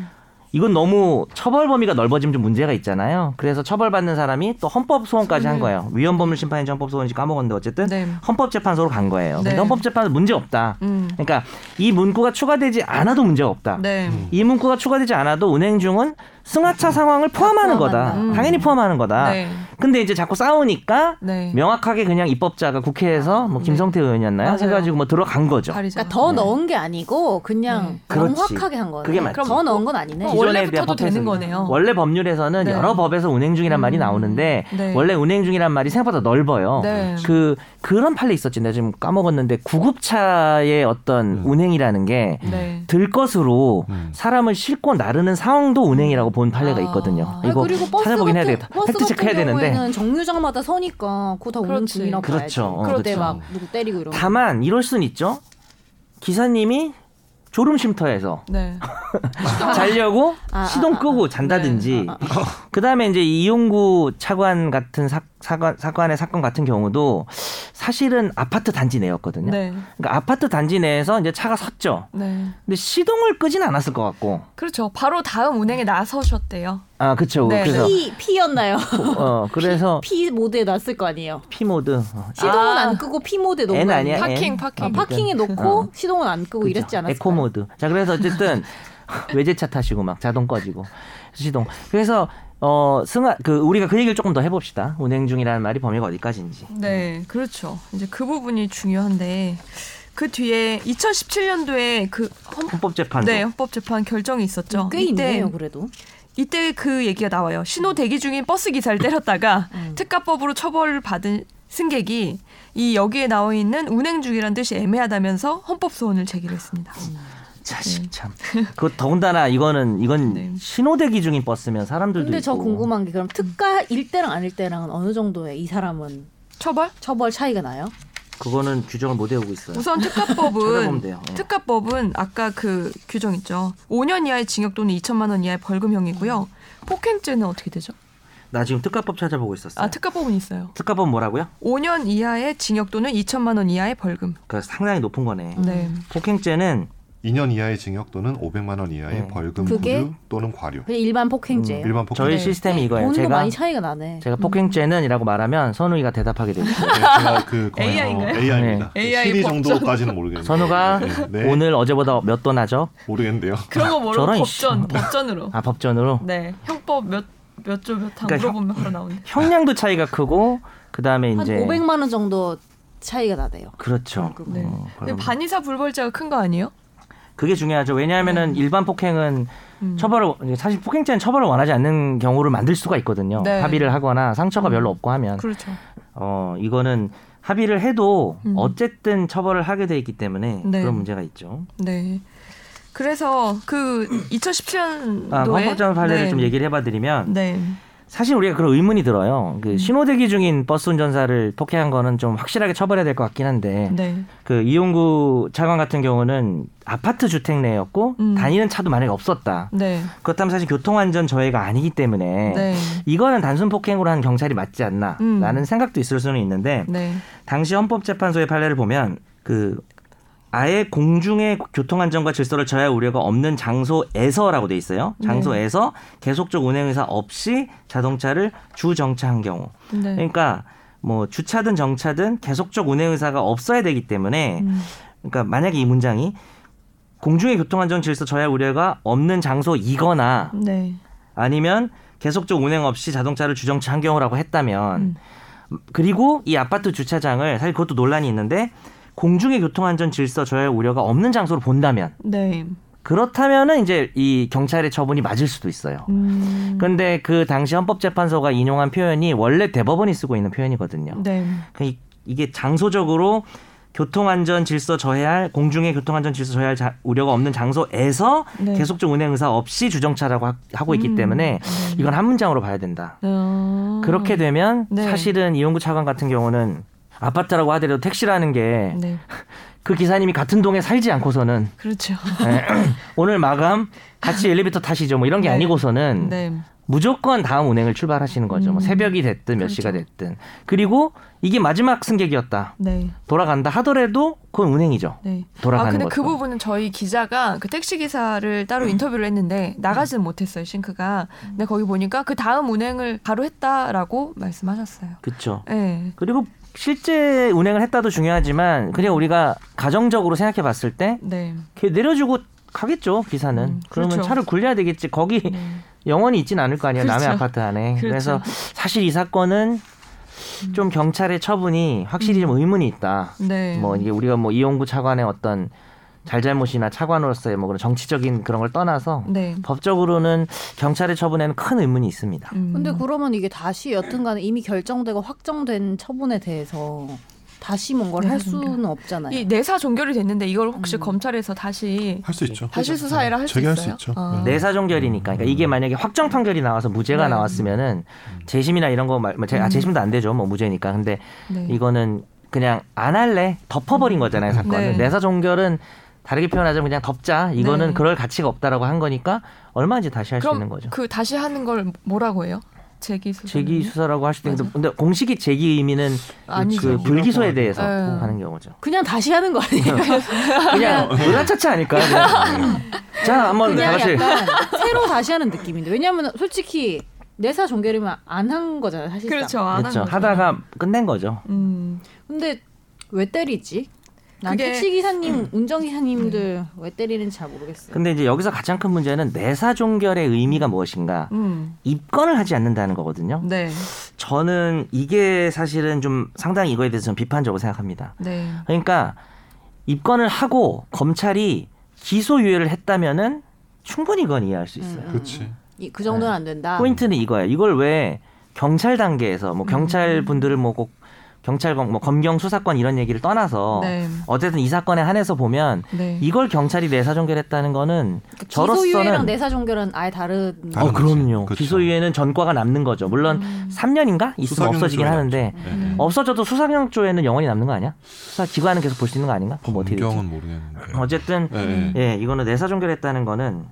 S4: 이건 너무 처벌 범위가 넓어지면 좀 문제가 있잖아요. 그래서 처벌받는 사람이 또 헌법 소원까지 한 거예요. 위헌법률 심판인지 헌법 소원인지 까먹었는데 어쨌든
S1: 음. 네.
S4: 헌법재판소로 간 거예요. 근데
S1: 네.
S4: 헌법재판은 문제 없다.
S1: 음.
S4: 그러니까 이 문구가 추가되지 않아도 문제가 없다.
S1: 네.
S4: 이 문구가 추가되지 않아도 운행 중은 승하차 상황을 포함하는 거다.
S2: 포함한다.
S1: 음.
S4: 당연히 포함하는 거다.
S1: 네.
S4: 근데 이제 자꾸 싸우니까
S1: 네.
S4: 아. 명확하게 그냥 입법자가 국회에서 뭐 김성태 의원이었나요?
S1: 맞아요.
S4: 해가지고 뭐 들어간 거죠.
S1: 다리죠.
S2: 그러니까 더 넣은 게 아니고 그냥
S4: 네. 그렇지.
S2: 명확하게 한 거네.
S4: 그게 맞지.
S2: 그럼 더 넣은 건 아니네.
S1: 어,
S4: 기존에 대한
S1: 원래부터도
S4: 법에서는.
S1: 되는 거네요.
S4: 원래 법률에서는
S1: 네.
S4: 여러 법에서 운행 중이란 말이 나오는데
S1: 네.
S4: 원래 운행 중이란 말이 생각보다 넓어요.
S1: 네.
S4: 그 그런 판례 있었지 내가 지금 까먹었는데 구급차의 어떤
S3: 음.
S4: 운행이라는 게
S1: 네.
S4: 들것으로
S3: 음.
S4: 사람을 싣고 나르는 상황도 운행이라고 본 판례가
S1: 아.
S4: 있거든요.
S2: 아니,
S4: 이거 찾아보긴 해야 되겠다.
S2: 버스
S4: 팩트 체크해야
S2: 같은
S4: 되는데.
S2: 경우에는 정류장마다 서니까 그거 다 운행
S1: 그렇지.
S2: 중이라고
S4: 그렇죠.
S2: 봐야지.
S4: 어,
S2: 그럴
S4: 그렇죠.
S2: 때막 누구 때리고 이런. 거.
S4: 다만 이럴 순 있죠. 기사님이 졸음 쉼터에서
S1: 네.
S4: 자려고
S2: 아,
S4: 시동
S2: 아, 아,
S4: 끄고 잔다든지 그다음에 이제 이용구 차관 같은 사, 사관, 사관의 사건 같은 경우도 사실은 아파트 단지 내였거든요.
S1: 네.
S4: 그러니까 아파트 단지 내에서 이제 차가 섰죠.
S1: 네.
S4: 근데 시동을 끄진 않았을 것 같고.
S1: 그렇죠. 바로 다음 운행에 나서셨대요.
S4: 아, 그렇죠.
S1: 네.
S4: 그래서
S2: 피 피였나요?
S4: 어, 그래서
S2: 피 모드에 놨을 거 아니에요.
S4: P 모드. 어,
S2: 시동은
S1: 아.
S2: 안 끄고 피 모드에 놓은
S4: N
S2: 거
S4: 아니야?
S1: 파킹,
S4: N?
S1: 파킹.
S4: 아,
S1: 아,
S2: 파킹에 놓고 시동은 안 끄고 뭐 이랬지 않았을까?
S4: 에코 모드. 자, 그래서 어쨌든 외제차 타시고 막 자동 꺼지고 시동. 그래서 어, 승하 그 우리가 그 얘기를 조금 더 해 봅시다. 운행 중이라는 말이 범위가 어디까지인지.
S1: 네, 그렇죠. 이제 그 부분이 중요한데 그 뒤에 2017년도에 그 헌,
S4: 헌법재판소.
S1: 네, 헌법재판 결정이 있었죠.
S2: 꽤 있네요, 그래도. 음.
S1: 이때 그 얘기가 나와요. 신호 대기 중인 버스 기사를 때렸다가 특가법으로 처벌받은 승객이 이 여기에 나와 있는 운행 중이란 뜻이 애매하다면서 헌법 소원을 제기했습니다.
S2: 음. 네.
S4: 자식 참. 그 더군다나 이거는 이건
S1: 네.
S4: 신호대기 중인 버스면 사람들도
S2: 근데 저
S4: 있고.
S2: 궁금한 게 그럼 특가 일 때랑 아닐 때랑은 어느 정도의 이 사람은
S1: 처벌?
S2: 처벌 차이가 나요?
S4: 그거는 규정을 못 외우고 있어요.
S1: 우선
S4: 찾아보면
S1: 특가법은
S4: 돼요. 예.
S1: 특가법은 아까 그 규정 있죠. 5년 이하의 징역 또는 2천만 원 이하의 벌금형이고요. 폭행죄는 어떻게 되죠?
S4: 나 지금 특가법 찾아보고 있었어요.
S1: 아 특가법은 있어요.
S4: 특가법 뭐라고요?
S1: 5년 이하의 징역 또는 2천만 원 이하의 벌금.
S4: 그 상당히 높은 거네.
S2: 음.
S1: 네.
S4: 폭행죄는
S3: 2년 이하의 징역 또는 500만 원 이하의
S4: 네.
S3: 벌금
S2: 그게
S3: 부류 또는 과료.
S2: 그냥 일반 폭행죄예요.
S3: 음, 일반 아, 폭행.
S4: 저희
S1: 네.
S4: 시스템이 이거예요.
S2: 돈도
S4: 제가
S2: 많이 차이가 음. 나네.
S4: 제가 폭행죄는이라고 말하면 선우이가 대답하게 되죠.
S3: 네, 제가 그 거의
S1: AI 인가요?
S3: AI입니다.
S1: 네. AI
S3: 시리
S1: 법전.
S3: 정도까지는 모르겠는데.
S4: 선우가
S3: 네,
S4: 오늘 어제보다 몇 돈 하죠?
S3: 모르겠는데요.
S1: 그런 거 모르고
S4: 저런
S1: 법전 법전으로.
S4: 아 법전으로
S1: 네. 형법 몇몇조몇항
S4: 그러니까
S1: 물어보면 바로 나오네.
S4: 형량도 차이가 크고 그 다음에
S2: 한
S4: 이제
S2: 500만 원 정도 차이가 나대요.
S4: 그렇죠.
S1: 네.
S4: 어,
S1: 근데
S4: 그럼
S1: 반의사 불벌죄가 큰 거 아니에요?
S4: 그게 중요하죠. 왜냐하면은 일반 폭행은
S1: 네. 음.
S4: 처벌을 사실 폭행죄는 처벌을 원하지 않는 경우를 만들 수가 있거든요.
S1: 네. 음.
S4: 합의를 하거나 상처가 별로 없고 하면
S1: 그렇죠.
S4: 어 이거는 합의를 해도
S1: 음.
S4: 어쨌든 처벌을 하게 돼 있기 때문에
S1: 네.
S4: 그런 문제가 있죠.
S1: 네. 그래서 그 2017년도에
S4: 아, 헌법정의 판례를
S1: 네.
S4: 좀 얘기를 해봐드리면
S1: 네.
S4: 사실 우리가 그런 의문이 들어요.
S1: 음.
S4: 그 신호대기 중인 버스 운전사를 폭행한 거는 좀 확실하게 처벌해야 될 것 같긴 한데
S1: 네.
S4: 그 이용구 차관 같은 경우는 아파트 주택 내였고
S1: 음.
S4: 다니는 차도 만약에 없었다.
S1: 네.
S4: 그렇다면 사실 교통안전 저해가 아니기 때문에
S1: 네.
S4: 이거는 단순 폭행으로 한 경찰이 맞지
S1: 음.
S4: 않나라는 생각도 있을 수는 있는데
S1: 네.
S4: 당시 헌법재판소의 판례를 보면 그 아예 공중의 교통안전과 질서를 저해할 우려가 없는 장소에서라고 돼 있어요.
S1: 네.
S4: 장소에서 계속적 운행 의사 없이 자동차를 주정차한 경우.
S1: 네.
S4: 그러니까 뭐 주차든 정차든 계속적 운행 의사가 없어야 되기 때문에
S1: 음.
S4: 그러니까 만약에 이 문장이 공중의 교통안전 질서 저해할 우려가 없는 장소이거나
S1: 네.
S4: 아니면 계속적 운행 없이 자동차를 주정차한 경우라고 했다면
S1: 음.
S4: 그리고 이 아파트 주차장을 사실 그것도 논란이 있는데 공중의 교통안전 질서 저해 우려가 없는 장소로 본다면
S1: 네.
S4: 그렇다면은 이제 이 경찰의 처분이 맞을 수도 있어요.
S1: 음.
S4: 근데 그 당시 헌법재판소가 인용한 표현이 원래 대법원이 쓰고 있는 표현이거든요.
S1: 네.
S4: 그 이- 이게 장소적으로 교통안전 질서 저해할 공중의 교통안전 질서 저해할 자- 우려가 없는 장소에서
S1: 네.
S4: 계속적 운행 의사 없이 주정차라고 하- 하고 있기
S1: 음.
S4: 때문에
S1: 네.
S4: 이건 한 문장으로 봐야 된다.
S1: 어.
S4: 그렇게 되면
S1: 네.
S4: 사실은 이용구 차관 같은 경우는 아파트라고 하더라도 택시라는 게 그
S1: 네.
S4: 기사님이 같은 동에 살지 않고서는
S1: 그렇죠.
S4: 예, 오늘 마감 같이 엘리베이터 타시죠 뭐 이런 게
S1: 네.
S4: 아니고서는
S1: 네.
S4: 무조건 다음 운행을 출발하시는 거죠. 뭐
S1: 음.
S4: 새벽이 됐든 몇
S1: 그렇죠.
S4: 시가 됐든 그리고 이게 마지막 승객이었다
S1: 네.
S4: 돌아간다 하더라도 그건 운행이죠.
S1: 네.
S4: 돌아가는
S1: 아 근데
S4: 것도. 음.
S1: 그 부분은 저희 기자가 그 택시 기사를 따로 인터뷰를 했는데 나가지는 못했어요 싱크가. 근데 거기 보니까 그 다음 운행을 바로 했다라고 말씀하셨어요.
S4: 그렇죠.
S1: 네.
S4: 그리고 실제 운행을 했다도 중요하지만 그냥 우리가 가정적으로 생각해 봤을 때
S1: 네.
S4: 걔 내려주고 가겠죠 기사는
S1: 음,
S4: 그러면
S1: 그렇죠.
S4: 차를 굴려야 되겠지 거기
S1: 네.
S4: 영원히 있진 않을 거 아니에요 남의
S1: 그렇죠.
S4: 아파트 안에
S1: 그렇죠. 음.
S4: 그래서 사실 이 사건은 좀 경찰의 처분이 확실히 좀 의문이 있다
S1: 네.
S4: 뭐 이게 우리가 뭐 이용구 차관의 어떤 잘잘못이나 차관으로서의 뭐 그런 정치적인 그런 걸 떠나서
S1: 네.
S4: 법적으로는 경찰의 처분에는 큰 의문이 있습니다
S1: 음.
S2: 근데 그러면 이게 다시 여튼간에 이미 결정되고 확정된 처분에 대해서 다시 뭔가를 할 수는 없잖아요.
S1: 이 내사 종결이 됐는데 이걸 혹시
S2: 음.
S1: 검찰에서 다시
S3: 할 수 있죠.
S1: 다시 수사해라 할 수 있어요?
S3: 재개할 수 있죠.
S1: 아.
S3: 네.
S4: 내사 종결이니까 그러니까 이게 만약에 확정 판결이 나와서 무죄가
S1: 네.
S4: 나왔으면은 재심이나 이런 거 말, 뭐 재, 아,
S1: 음.
S4: 재심도 안 되죠 뭐 무죄니까 근데
S1: 네.
S4: 이거는 그냥 안 할래 덮어버린 거잖아요 사건을
S1: 네.
S4: 내사 종결은 다르게 표현하자면 그냥 덮자 이거는
S1: 네.
S4: 그럴 가치가 없다라고 한 거니까 얼마든지 다시 할 수 있는
S1: 그럼
S4: 거죠
S1: 그 다시 하는 걸 뭐라고 해요? 재기 수사.
S4: 재기 수사라고 할 수도 있는데 근데 공식이 재기 의미는 그
S1: 아니죠.
S4: 불기소에 대해서
S1: 네.
S4: 하는 경우죠
S2: 그냥 다시 하는 거 아니에요?
S4: 그냥 의라차차 아닐까요 그냥. 자 한번 다
S2: 그냥
S4: 같이 그렇죠.
S2: 약간 새로 다시 하는 느낌인데 왜냐하면 솔직히 내사 종결이면 안 한 거잖아요 사실상.
S1: 그렇죠. 안하
S4: 그렇죠 하다가 끝낸 거죠
S1: 음.
S2: 근데 왜 때리지? 난
S1: 그게-
S2: 택시 기사님, 운전 기사님들 왜 때리는지 잘 모르겠어요.
S4: 근데 이제 여기서 가장 큰 문제는 내사 종결의 의미가 무엇인가
S1: 음.
S4: 입건을 하지 않는다는 거거든요
S1: 네.
S4: 저는 이게 사실은 좀 상당히 이거에 대해서 좀 비판적으로 생각합니다.
S1: 네.
S4: 그러니까 입건을 하고 검찰이 기소유예를 했다면은 충분히 이건 이해할 수 있어요.
S2: 음.
S3: 그렇지. 네,
S2: 이, 그
S1: 음.
S2: 정도는 안 된다.
S1: 음.
S4: 포인트는 이거예요. 이걸 왜 경찰 단계에서 뭐 경찰 분들을 뭐 꼭 경찰권, 뭐 검경 수사권 이런 얘기를 떠나서
S1: 네.
S4: 어쨌든 이 사건에 한해서 보면
S1: 네.
S4: 이걸 경찰이 내사종결했다는 거는
S2: 그 기소유예랑
S4: 저로서는
S2: 내사 종결은 아예 다른
S3: 다른
S4: 어, 그럼요.
S3: 거지. 그렇죠.
S4: 기소유예는 전과가 남는 거죠. 물론 3년인가 있으면
S3: 수사경조에
S4: 없어지긴
S3: 남죠.
S4: 하는데
S3: 네.
S4: 음. 없어져도 수사경조에는 영원히 남는 거 아니야? 수사 기관은 계속 볼 수 있는 거 아닌가? 그럼 뭐 어떻게 되지?
S3: 검경은 모르겠는데.
S4: 어쨌든
S3: 예, 예.
S4: 예, 이거는 내사종결했다는 거는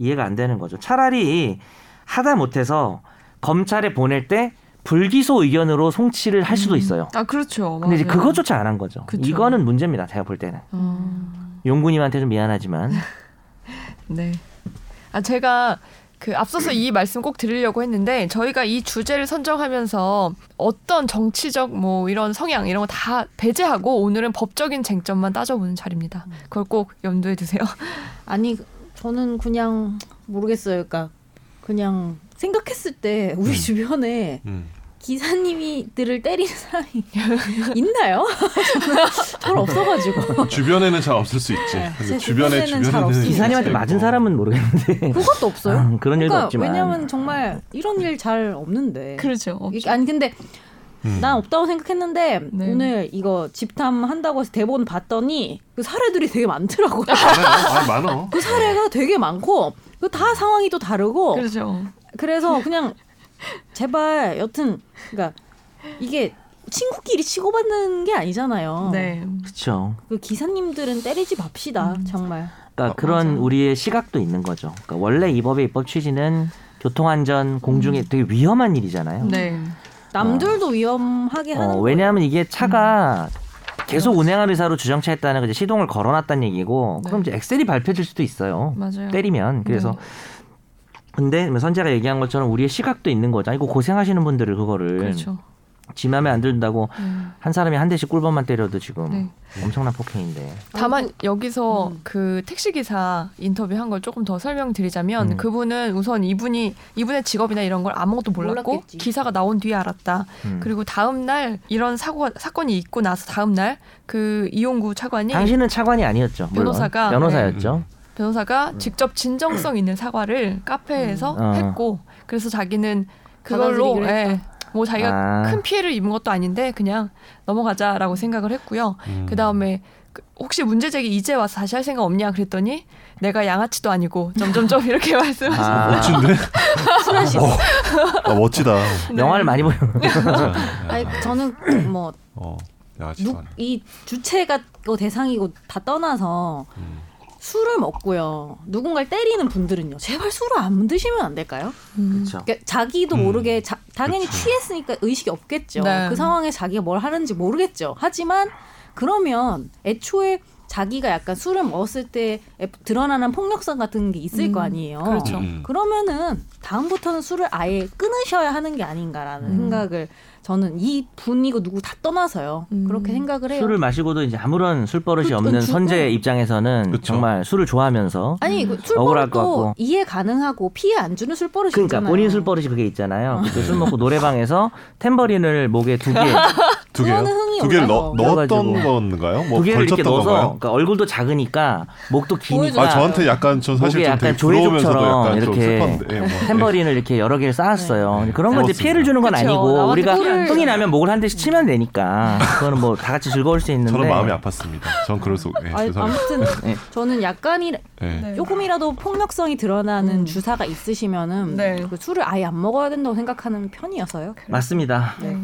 S4: 이해가 안 되는 거죠. 차라리 하다 못해서 검찰에 보낼 때 불기소 의견으로 송치를 할 수도 있어요.
S1: 아 그렇죠.
S4: 근데 이제
S1: 맞아요.
S4: 그거조차 안 한 거죠.
S1: 그쵸.
S4: 이거는 문제입니다. 제가 볼 때는
S1: 음,
S4: 용군님한테 좀 미안하지만
S1: 네. 아 제가 그 앞서서 이 말씀 꼭 드리려고 했는데 저희가 이 주제를 선정하면서 어떤 정치적 뭐 이런 성향 이런 거 다 배제하고 오늘은 법적인 쟁점만 따져보는 자리입니다. 그걸 꼭 염두에 두세요.
S2: 아니 저는 그냥 모르겠어요. 그러니까 그냥 생각했을 때 우리 주변에
S3: 음.
S2: 기사님이들을 때리는 사람이 있나요? 별 없어가지고
S3: 주변에는 잘 없을 수 있지.
S2: 네.
S3: 근데
S2: 제
S4: 그
S3: 주변에
S2: 주변에는 잘
S3: 주변에는
S2: 없을 수 있어요.
S4: 기사님한테 맞은 사람은 모르겠는데
S2: 그것도 없어요.
S4: 음, 그런 일도 없지만.
S2: 그러니까 왜냐면 정말 이런 일 잘 없는데.
S1: 그렇죠. 없죠.
S2: 이게- 아니 근데
S3: 음.
S2: 난 없다고 생각했는데
S1: 네.
S2: 오늘 이거 집탐 한다고 해서 대본 봤더니 그 사례들이 되게 많더라고요.
S3: 많아요. 아, 많어.
S2: 그 사례가 되게 많고 그 다 상황이 또 다르고
S1: 그렇죠.
S2: 그래서 그냥 제발 여튼 그러니까 이게 친구끼리 치고받는 게 아니잖아요.
S1: 네. 음.
S4: 그렇죠.
S2: 그 기사님들은 때리지 맙시다 정말.
S4: 그러니까
S1: 어,
S4: 그런 우리의 시각도 있는 거죠. 그러니까 원래 이 법의 입법 취지는 교통안전 공중에
S1: 음.
S4: 되게 위험한 일이잖아요.
S1: 네.
S2: 남들도 위험하게 하는
S4: 아. 어,
S2: 거
S4: 왜냐하면 이게 차가
S1: 음.
S4: 계속 운행할 의사로 주정차했다는 그 거이 시동을 걸어놨다는 얘기고
S1: 네.
S4: 그럼 이제 엑셀이 밟혀질 수도 있어요.
S1: 맞아요.
S4: 때리면 그래서
S1: 네.
S4: 근데 뭐 선재가 얘기한 것처럼 우리의 시각도 있는 거죠. 이거 고생하시는 분들을 그거를
S1: 그렇죠.
S4: 지 맘에 안 든다고
S1: 네.
S4: 한 사람이 한 대씩 꿀밤만 때려도 지금
S1: 네.
S4: 엄청난 폭행인데.
S1: 다만 여기서 그 택시 기사 인터뷰한 걸 조금 더 설명드리자면
S4: 음.
S1: 그분은 우선 이분이 이분의 직업이나 이런 걸 아무것도 몰랐고
S2: 몰랐겠지.
S1: 기사가 나온 뒤에 알았다.
S4: 음.
S1: 그리고 다음 날 이런 사고 사건이 있고 나서 다음 날 그 이용구 차관이
S4: 당신은 차관이 아니었죠. 물론.
S1: 변호사가-
S4: 변호사였죠.
S1: 변호사가 직접 진정성 있는 사과를 카페에서
S4: 음. 어.
S1: 했고 그래서 자기는 그걸로
S2: 받아들이기로
S1: 예, 뭐 자기가
S4: 아.
S1: 큰 피해를 입은 것도 아닌데 그냥 넘어가자라고 생각을 했고요.
S3: 음.
S1: 그다음에 그 혹시 문제 제기 이제 와서 다시 할 생각 없냐 그랬더니 내가 양아치도 아니고 점점점 이렇게 말씀하셨는데
S4: 아,
S3: 멋진데? 어. 아, 멋지다.
S1: 네.
S4: 영화를 많이 보요.
S3: 진짜.
S2: 아니 저는 뭐이
S3: 어. 야, 진짜.
S2: 주체가 또 대상이고 다 떠나서
S3: 음.
S2: 술을 먹고요. 누군가를 때리는 분들은요. 제발 술을 안 드시면 안 될까요?
S1: 음.
S4: 그렇죠.
S2: 그러니까 자기도
S3: 음, 그렇죠.
S2: 모르게 자- 당연히
S3: 그쵸.
S2: 취했으니까 의식이 없겠죠.
S1: 네.
S2: 그 상황에 자기가 뭘 하는지 모르겠죠. 하지만 그러면 애초에 자기가 약간 술을 먹었을 때 애- 드러나는 폭력성 같은 게 있을
S1: 음,
S2: 거 아니에요.
S1: 그렇죠.
S3: 음.
S2: 러면은 다음부터는 술을 아예 끊으셔야 하는 게 아닌가라는
S4: 음.
S2: 생각을 저는 이 분이고 누구 다 떠나서요.
S1: 음.
S2: 그렇게 생각을 해요.
S4: 술을 마시고도 이제 아무런 술버릇이
S2: 그-
S4: 없는
S2: 그-
S4: 선재 입장에서는
S3: 그쵸.
S4: 정말 술을 좋아하면서
S2: 아니 그
S4: 음. 억울할
S2: 술버릇도
S4: 것 같고.
S2: 이해 가능하고 피해 안 주는 술버릇이
S4: 그러니까
S2: 있잖아요.
S4: 본인 술버릇이 그게
S3: 음.
S4: 있잖아요. 그때
S3: 네.
S4: 술 먹고 노래방에서 탬버린을 목에 두 개
S3: 두
S4: 두
S3: 개요?
S2: 그거는 흥이
S3: 두 개를 넣,
S2: 올라서.
S3: 넣었던
S4: 그래가지고.
S3: 건가요? 뭐
S4: 개를 이렇게
S3: 걸쳤던
S4: 넣어서
S3: 건가요?
S4: 그러니까 얼굴도 작으니까 목도 기니까
S3: 아, 저한테 약간 전 사실
S4: 목에
S3: 좀 되게
S4: 약간
S3: 부러우면서도
S4: 조회족처럼
S3: 약간 좀
S4: 이렇게
S3: 슬펐는데. 예, 뭐.
S4: 탬버린을 이렇게 여러 개를 쌓았어요. 그런 건 이제
S3: 잘못
S4: 피해를 주는 건
S1: 그쵸.
S4: 아니고
S1: 나한테
S4: 우리가
S1: 피해를-
S4: 흥이 나면 목을 한 대씩 치면 되니까 그거는 뭐 다 같이 즐거울 수 있는데
S3: 저는 마음이 아팠습니다. 전 그래서 예,
S2: 아니,
S3: 죄송해요.
S2: 아무튼
S4: 예.
S2: 저는 약간이
S3: 예.
S1: 네.
S2: 조금이라도 폭력성이 드러나는
S1: 음.
S2: 주사가 있으시면은
S1: 네.
S2: 그 술을 아예 안 먹어야 된다고 생각하는 편이어서요.
S4: 맞습니다.
S1: 네.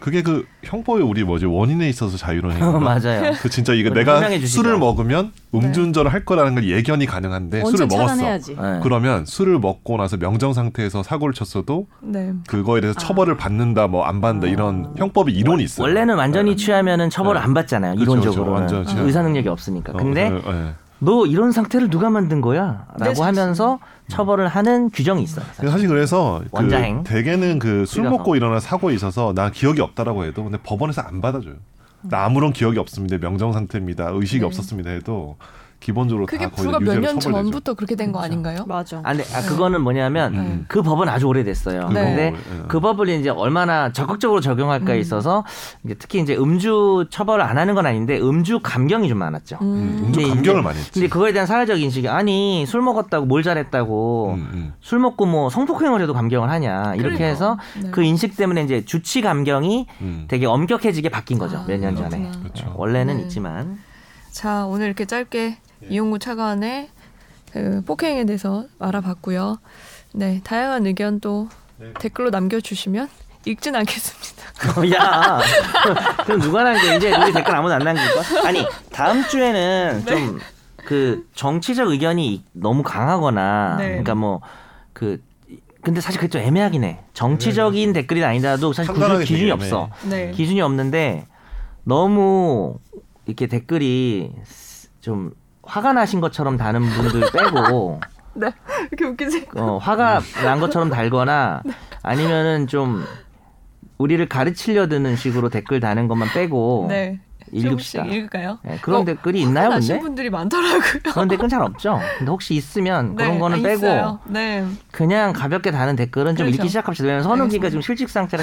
S3: 그게 그 형법의 우리 뭐지 원인에 있어서 자유로운 행위.
S4: 맞아요.
S3: 그 진짜 이거
S4: 우리
S3: 내가
S4: 설명해 주시죠.
S3: 술을 먹으면 음주운전을 할 거라는 걸 예견이 가능한데 술을
S2: 원천
S3: 먹었어.
S2: 차단해야지.
S4: 네.
S3: 그러면 술을 먹고 나서 명정 상태에서 사고를 쳤어도
S1: 네.
S4: 아,
S3: 그거에 대해서 처벌을 받는다 뭐 안
S1: 아.
S3: 받는다 이런 형법이 이론이 있어요. 네.
S4: 원래는 완전히 취하면은 처벌 을안 받잖아요.
S3: 그렇죠, 그렇죠.
S4: 이론적으로는
S3: 완전 취하-
S4: 의사 능력이 없으니까.
S3: 어,
S4: 근데
S3: 예, 예.
S4: 너 이런 상태를 누가 만든 거야?
S1: 네,
S4: 라고
S1: 사실.
S4: 하면서 처벌을 하는 규정이 있어요.
S3: 근데 사실 그래서 그
S4: 원자행.
S3: 대개는 그 술
S4: 줄여서.
S3: 먹고 일어난 사고에 있어서 나 기억이 없다라고 해도 근데
S1: 음.
S3: 법원에서 안 받아줘요. 나 아무런 기억이 없습니다. 명정 상태입니다. 의식이 없었습니다 해도 기본적으로
S1: 네. 그게
S3: 다 거의
S1: 불과 몇
S3: 유죄로
S1: 년
S3: 처벌되죠.
S1: 전부터 그렇게 된 거 아닌가요?
S2: 맞아.
S4: 아, 네. 아, 그거는 뭐냐면
S3: 음.
S4: 그 법은 아주 오래됐어요.
S3: 그거,
S1: 네.
S4: 근데
S3: 예.
S4: 그 법을 이제 얼마나
S3: 음.
S4: 적극적으로 적용할까에 있어서 이제 특히 이제 음주 처벌을 안 하는 건 아닌데 음주 감경이 좀 많았죠.
S3: 음,
S1: 음.
S3: 음주
S4: 근데
S3: 감경을
S4: 이제-
S3: 많이 했지.
S4: 근데 그거에 대한 사회적 인식이 아니 술 먹었다고 뭘 잘했다고
S3: 음, 음.
S4: 술 먹고 뭐 성폭행을 해도 감경을 하냐 이렇게
S1: 그러니까.
S4: 해서
S1: 네.
S4: 그 인식 때문에 이제 주치 감경이
S3: 음.
S4: 되게 엄격해지게 바뀐 거죠
S1: 아,
S4: 몇 년 전에
S1: 그렇구나.
S3: 그렇죠.
S4: 원래는
S1: 네.
S4: 있지만
S1: 자, 오늘 이렇게 짧게 이용구 차관의 그 폭행에 대해서 알아봤고요. 네, 다양한 의견 또 댓글로 남겨주시면 읽진 않겠습니다.
S4: 야 그럼 누가 남겨 이제 우리 댓글 아무도 안 남길 거야 아니 다음
S1: 네.
S4: 주에는 좀 그 정치적 의견이 너무 강하거나
S1: 네.
S4: 그러니까 뭐 그 근데 사실 그게 좀 애매하긴 해 정치적인 댓글이 아니라도 사실 그
S3: 판단하기
S4: 기준이
S3: 네. 되게
S4: 없어
S3: 애매해.
S1: 네.
S4: 기준이 없는데 너무 이렇게 댓글이 좀 화가 나신 것처럼 다는 분들 빼고
S1: 네. 이렇게 웃기지?
S4: 어, 화가 난 것처럼 달거나 아니면은 좀 우리를 가르치려 드는 식으로 댓글 다는 것만 빼고
S1: 네.
S4: 읽읍시다.
S1: 조금씩 읽을까요?
S4: 어, 네, 그런
S1: 어,
S4: 댓글이 있나요,
S1: 화가 나신
S4: 근데?
S1: 분들이 많더라고요.
S4: 그런 댓글 잘 없죠. 근데 혹시 있으면
S1: 네,
S4: 그런 거는
S1: 아,
S4: 빼고
S1: 있어요. 네.
S4: 그냥 가볍게 다는 댓글은 좀
S1: 그렇죠.
S4: 읽기 시작합시다. 왜냐면 선우기가 지금 실직 상태라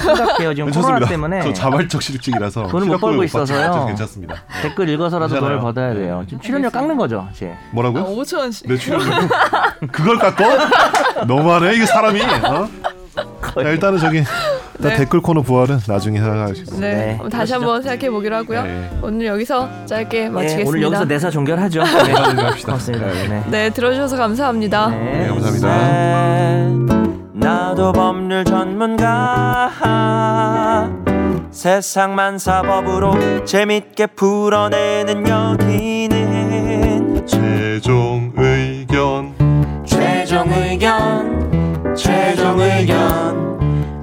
S4: 심각해요. 지금 코로나
S3: 괜찮습니다.
S4: 때문에
S3: 네, 저 자발적 실직이라서
S4: 돈을 못
S3: 실업급여
S4: 벌고
S3: 받죠.
S4: 있어서요. 아,
S3: 괜찮- 괜찮습니다. 네.
S4: 댓글 읽어서라도 돈을
S3: 괜찮아요.
S4: 받아야
S3: 네.
S4: 돼요. 지금 출연료 깎는 거죠, 이제. 예,
S1: 아,
S3: 뭐라고요?
S1: 5천 원씩.
S3: 내 출연료 그걸 깎고? 너무하네 이게 사람이. 어? 자, 일단은 저기 일단
S1: 네.
S3: 댓글 코너 부활은 나중에 생각하시고.
S1: 네.
S4: 네.
S1: 그럼 다시 한번 생각해 보기로 하고요.
S3: 네.
S1: 오늘 여기서 짧게 마치겠습니다.
S4: 네, 오늘 여기서 내사 종결하죠. 네,
S3: 합시다.
S4: 고맙습니다.
S3: 네.
S4: 네.
S1: 네, 들어주셔서 감사합니다.
S3: 네, 감사합니다.
S5: 나도 법률 전문가 세상만 사법으로 재밌게 풀어내는 여기는
S3: 최종 의견.
S5: 최종 의견 최종 의견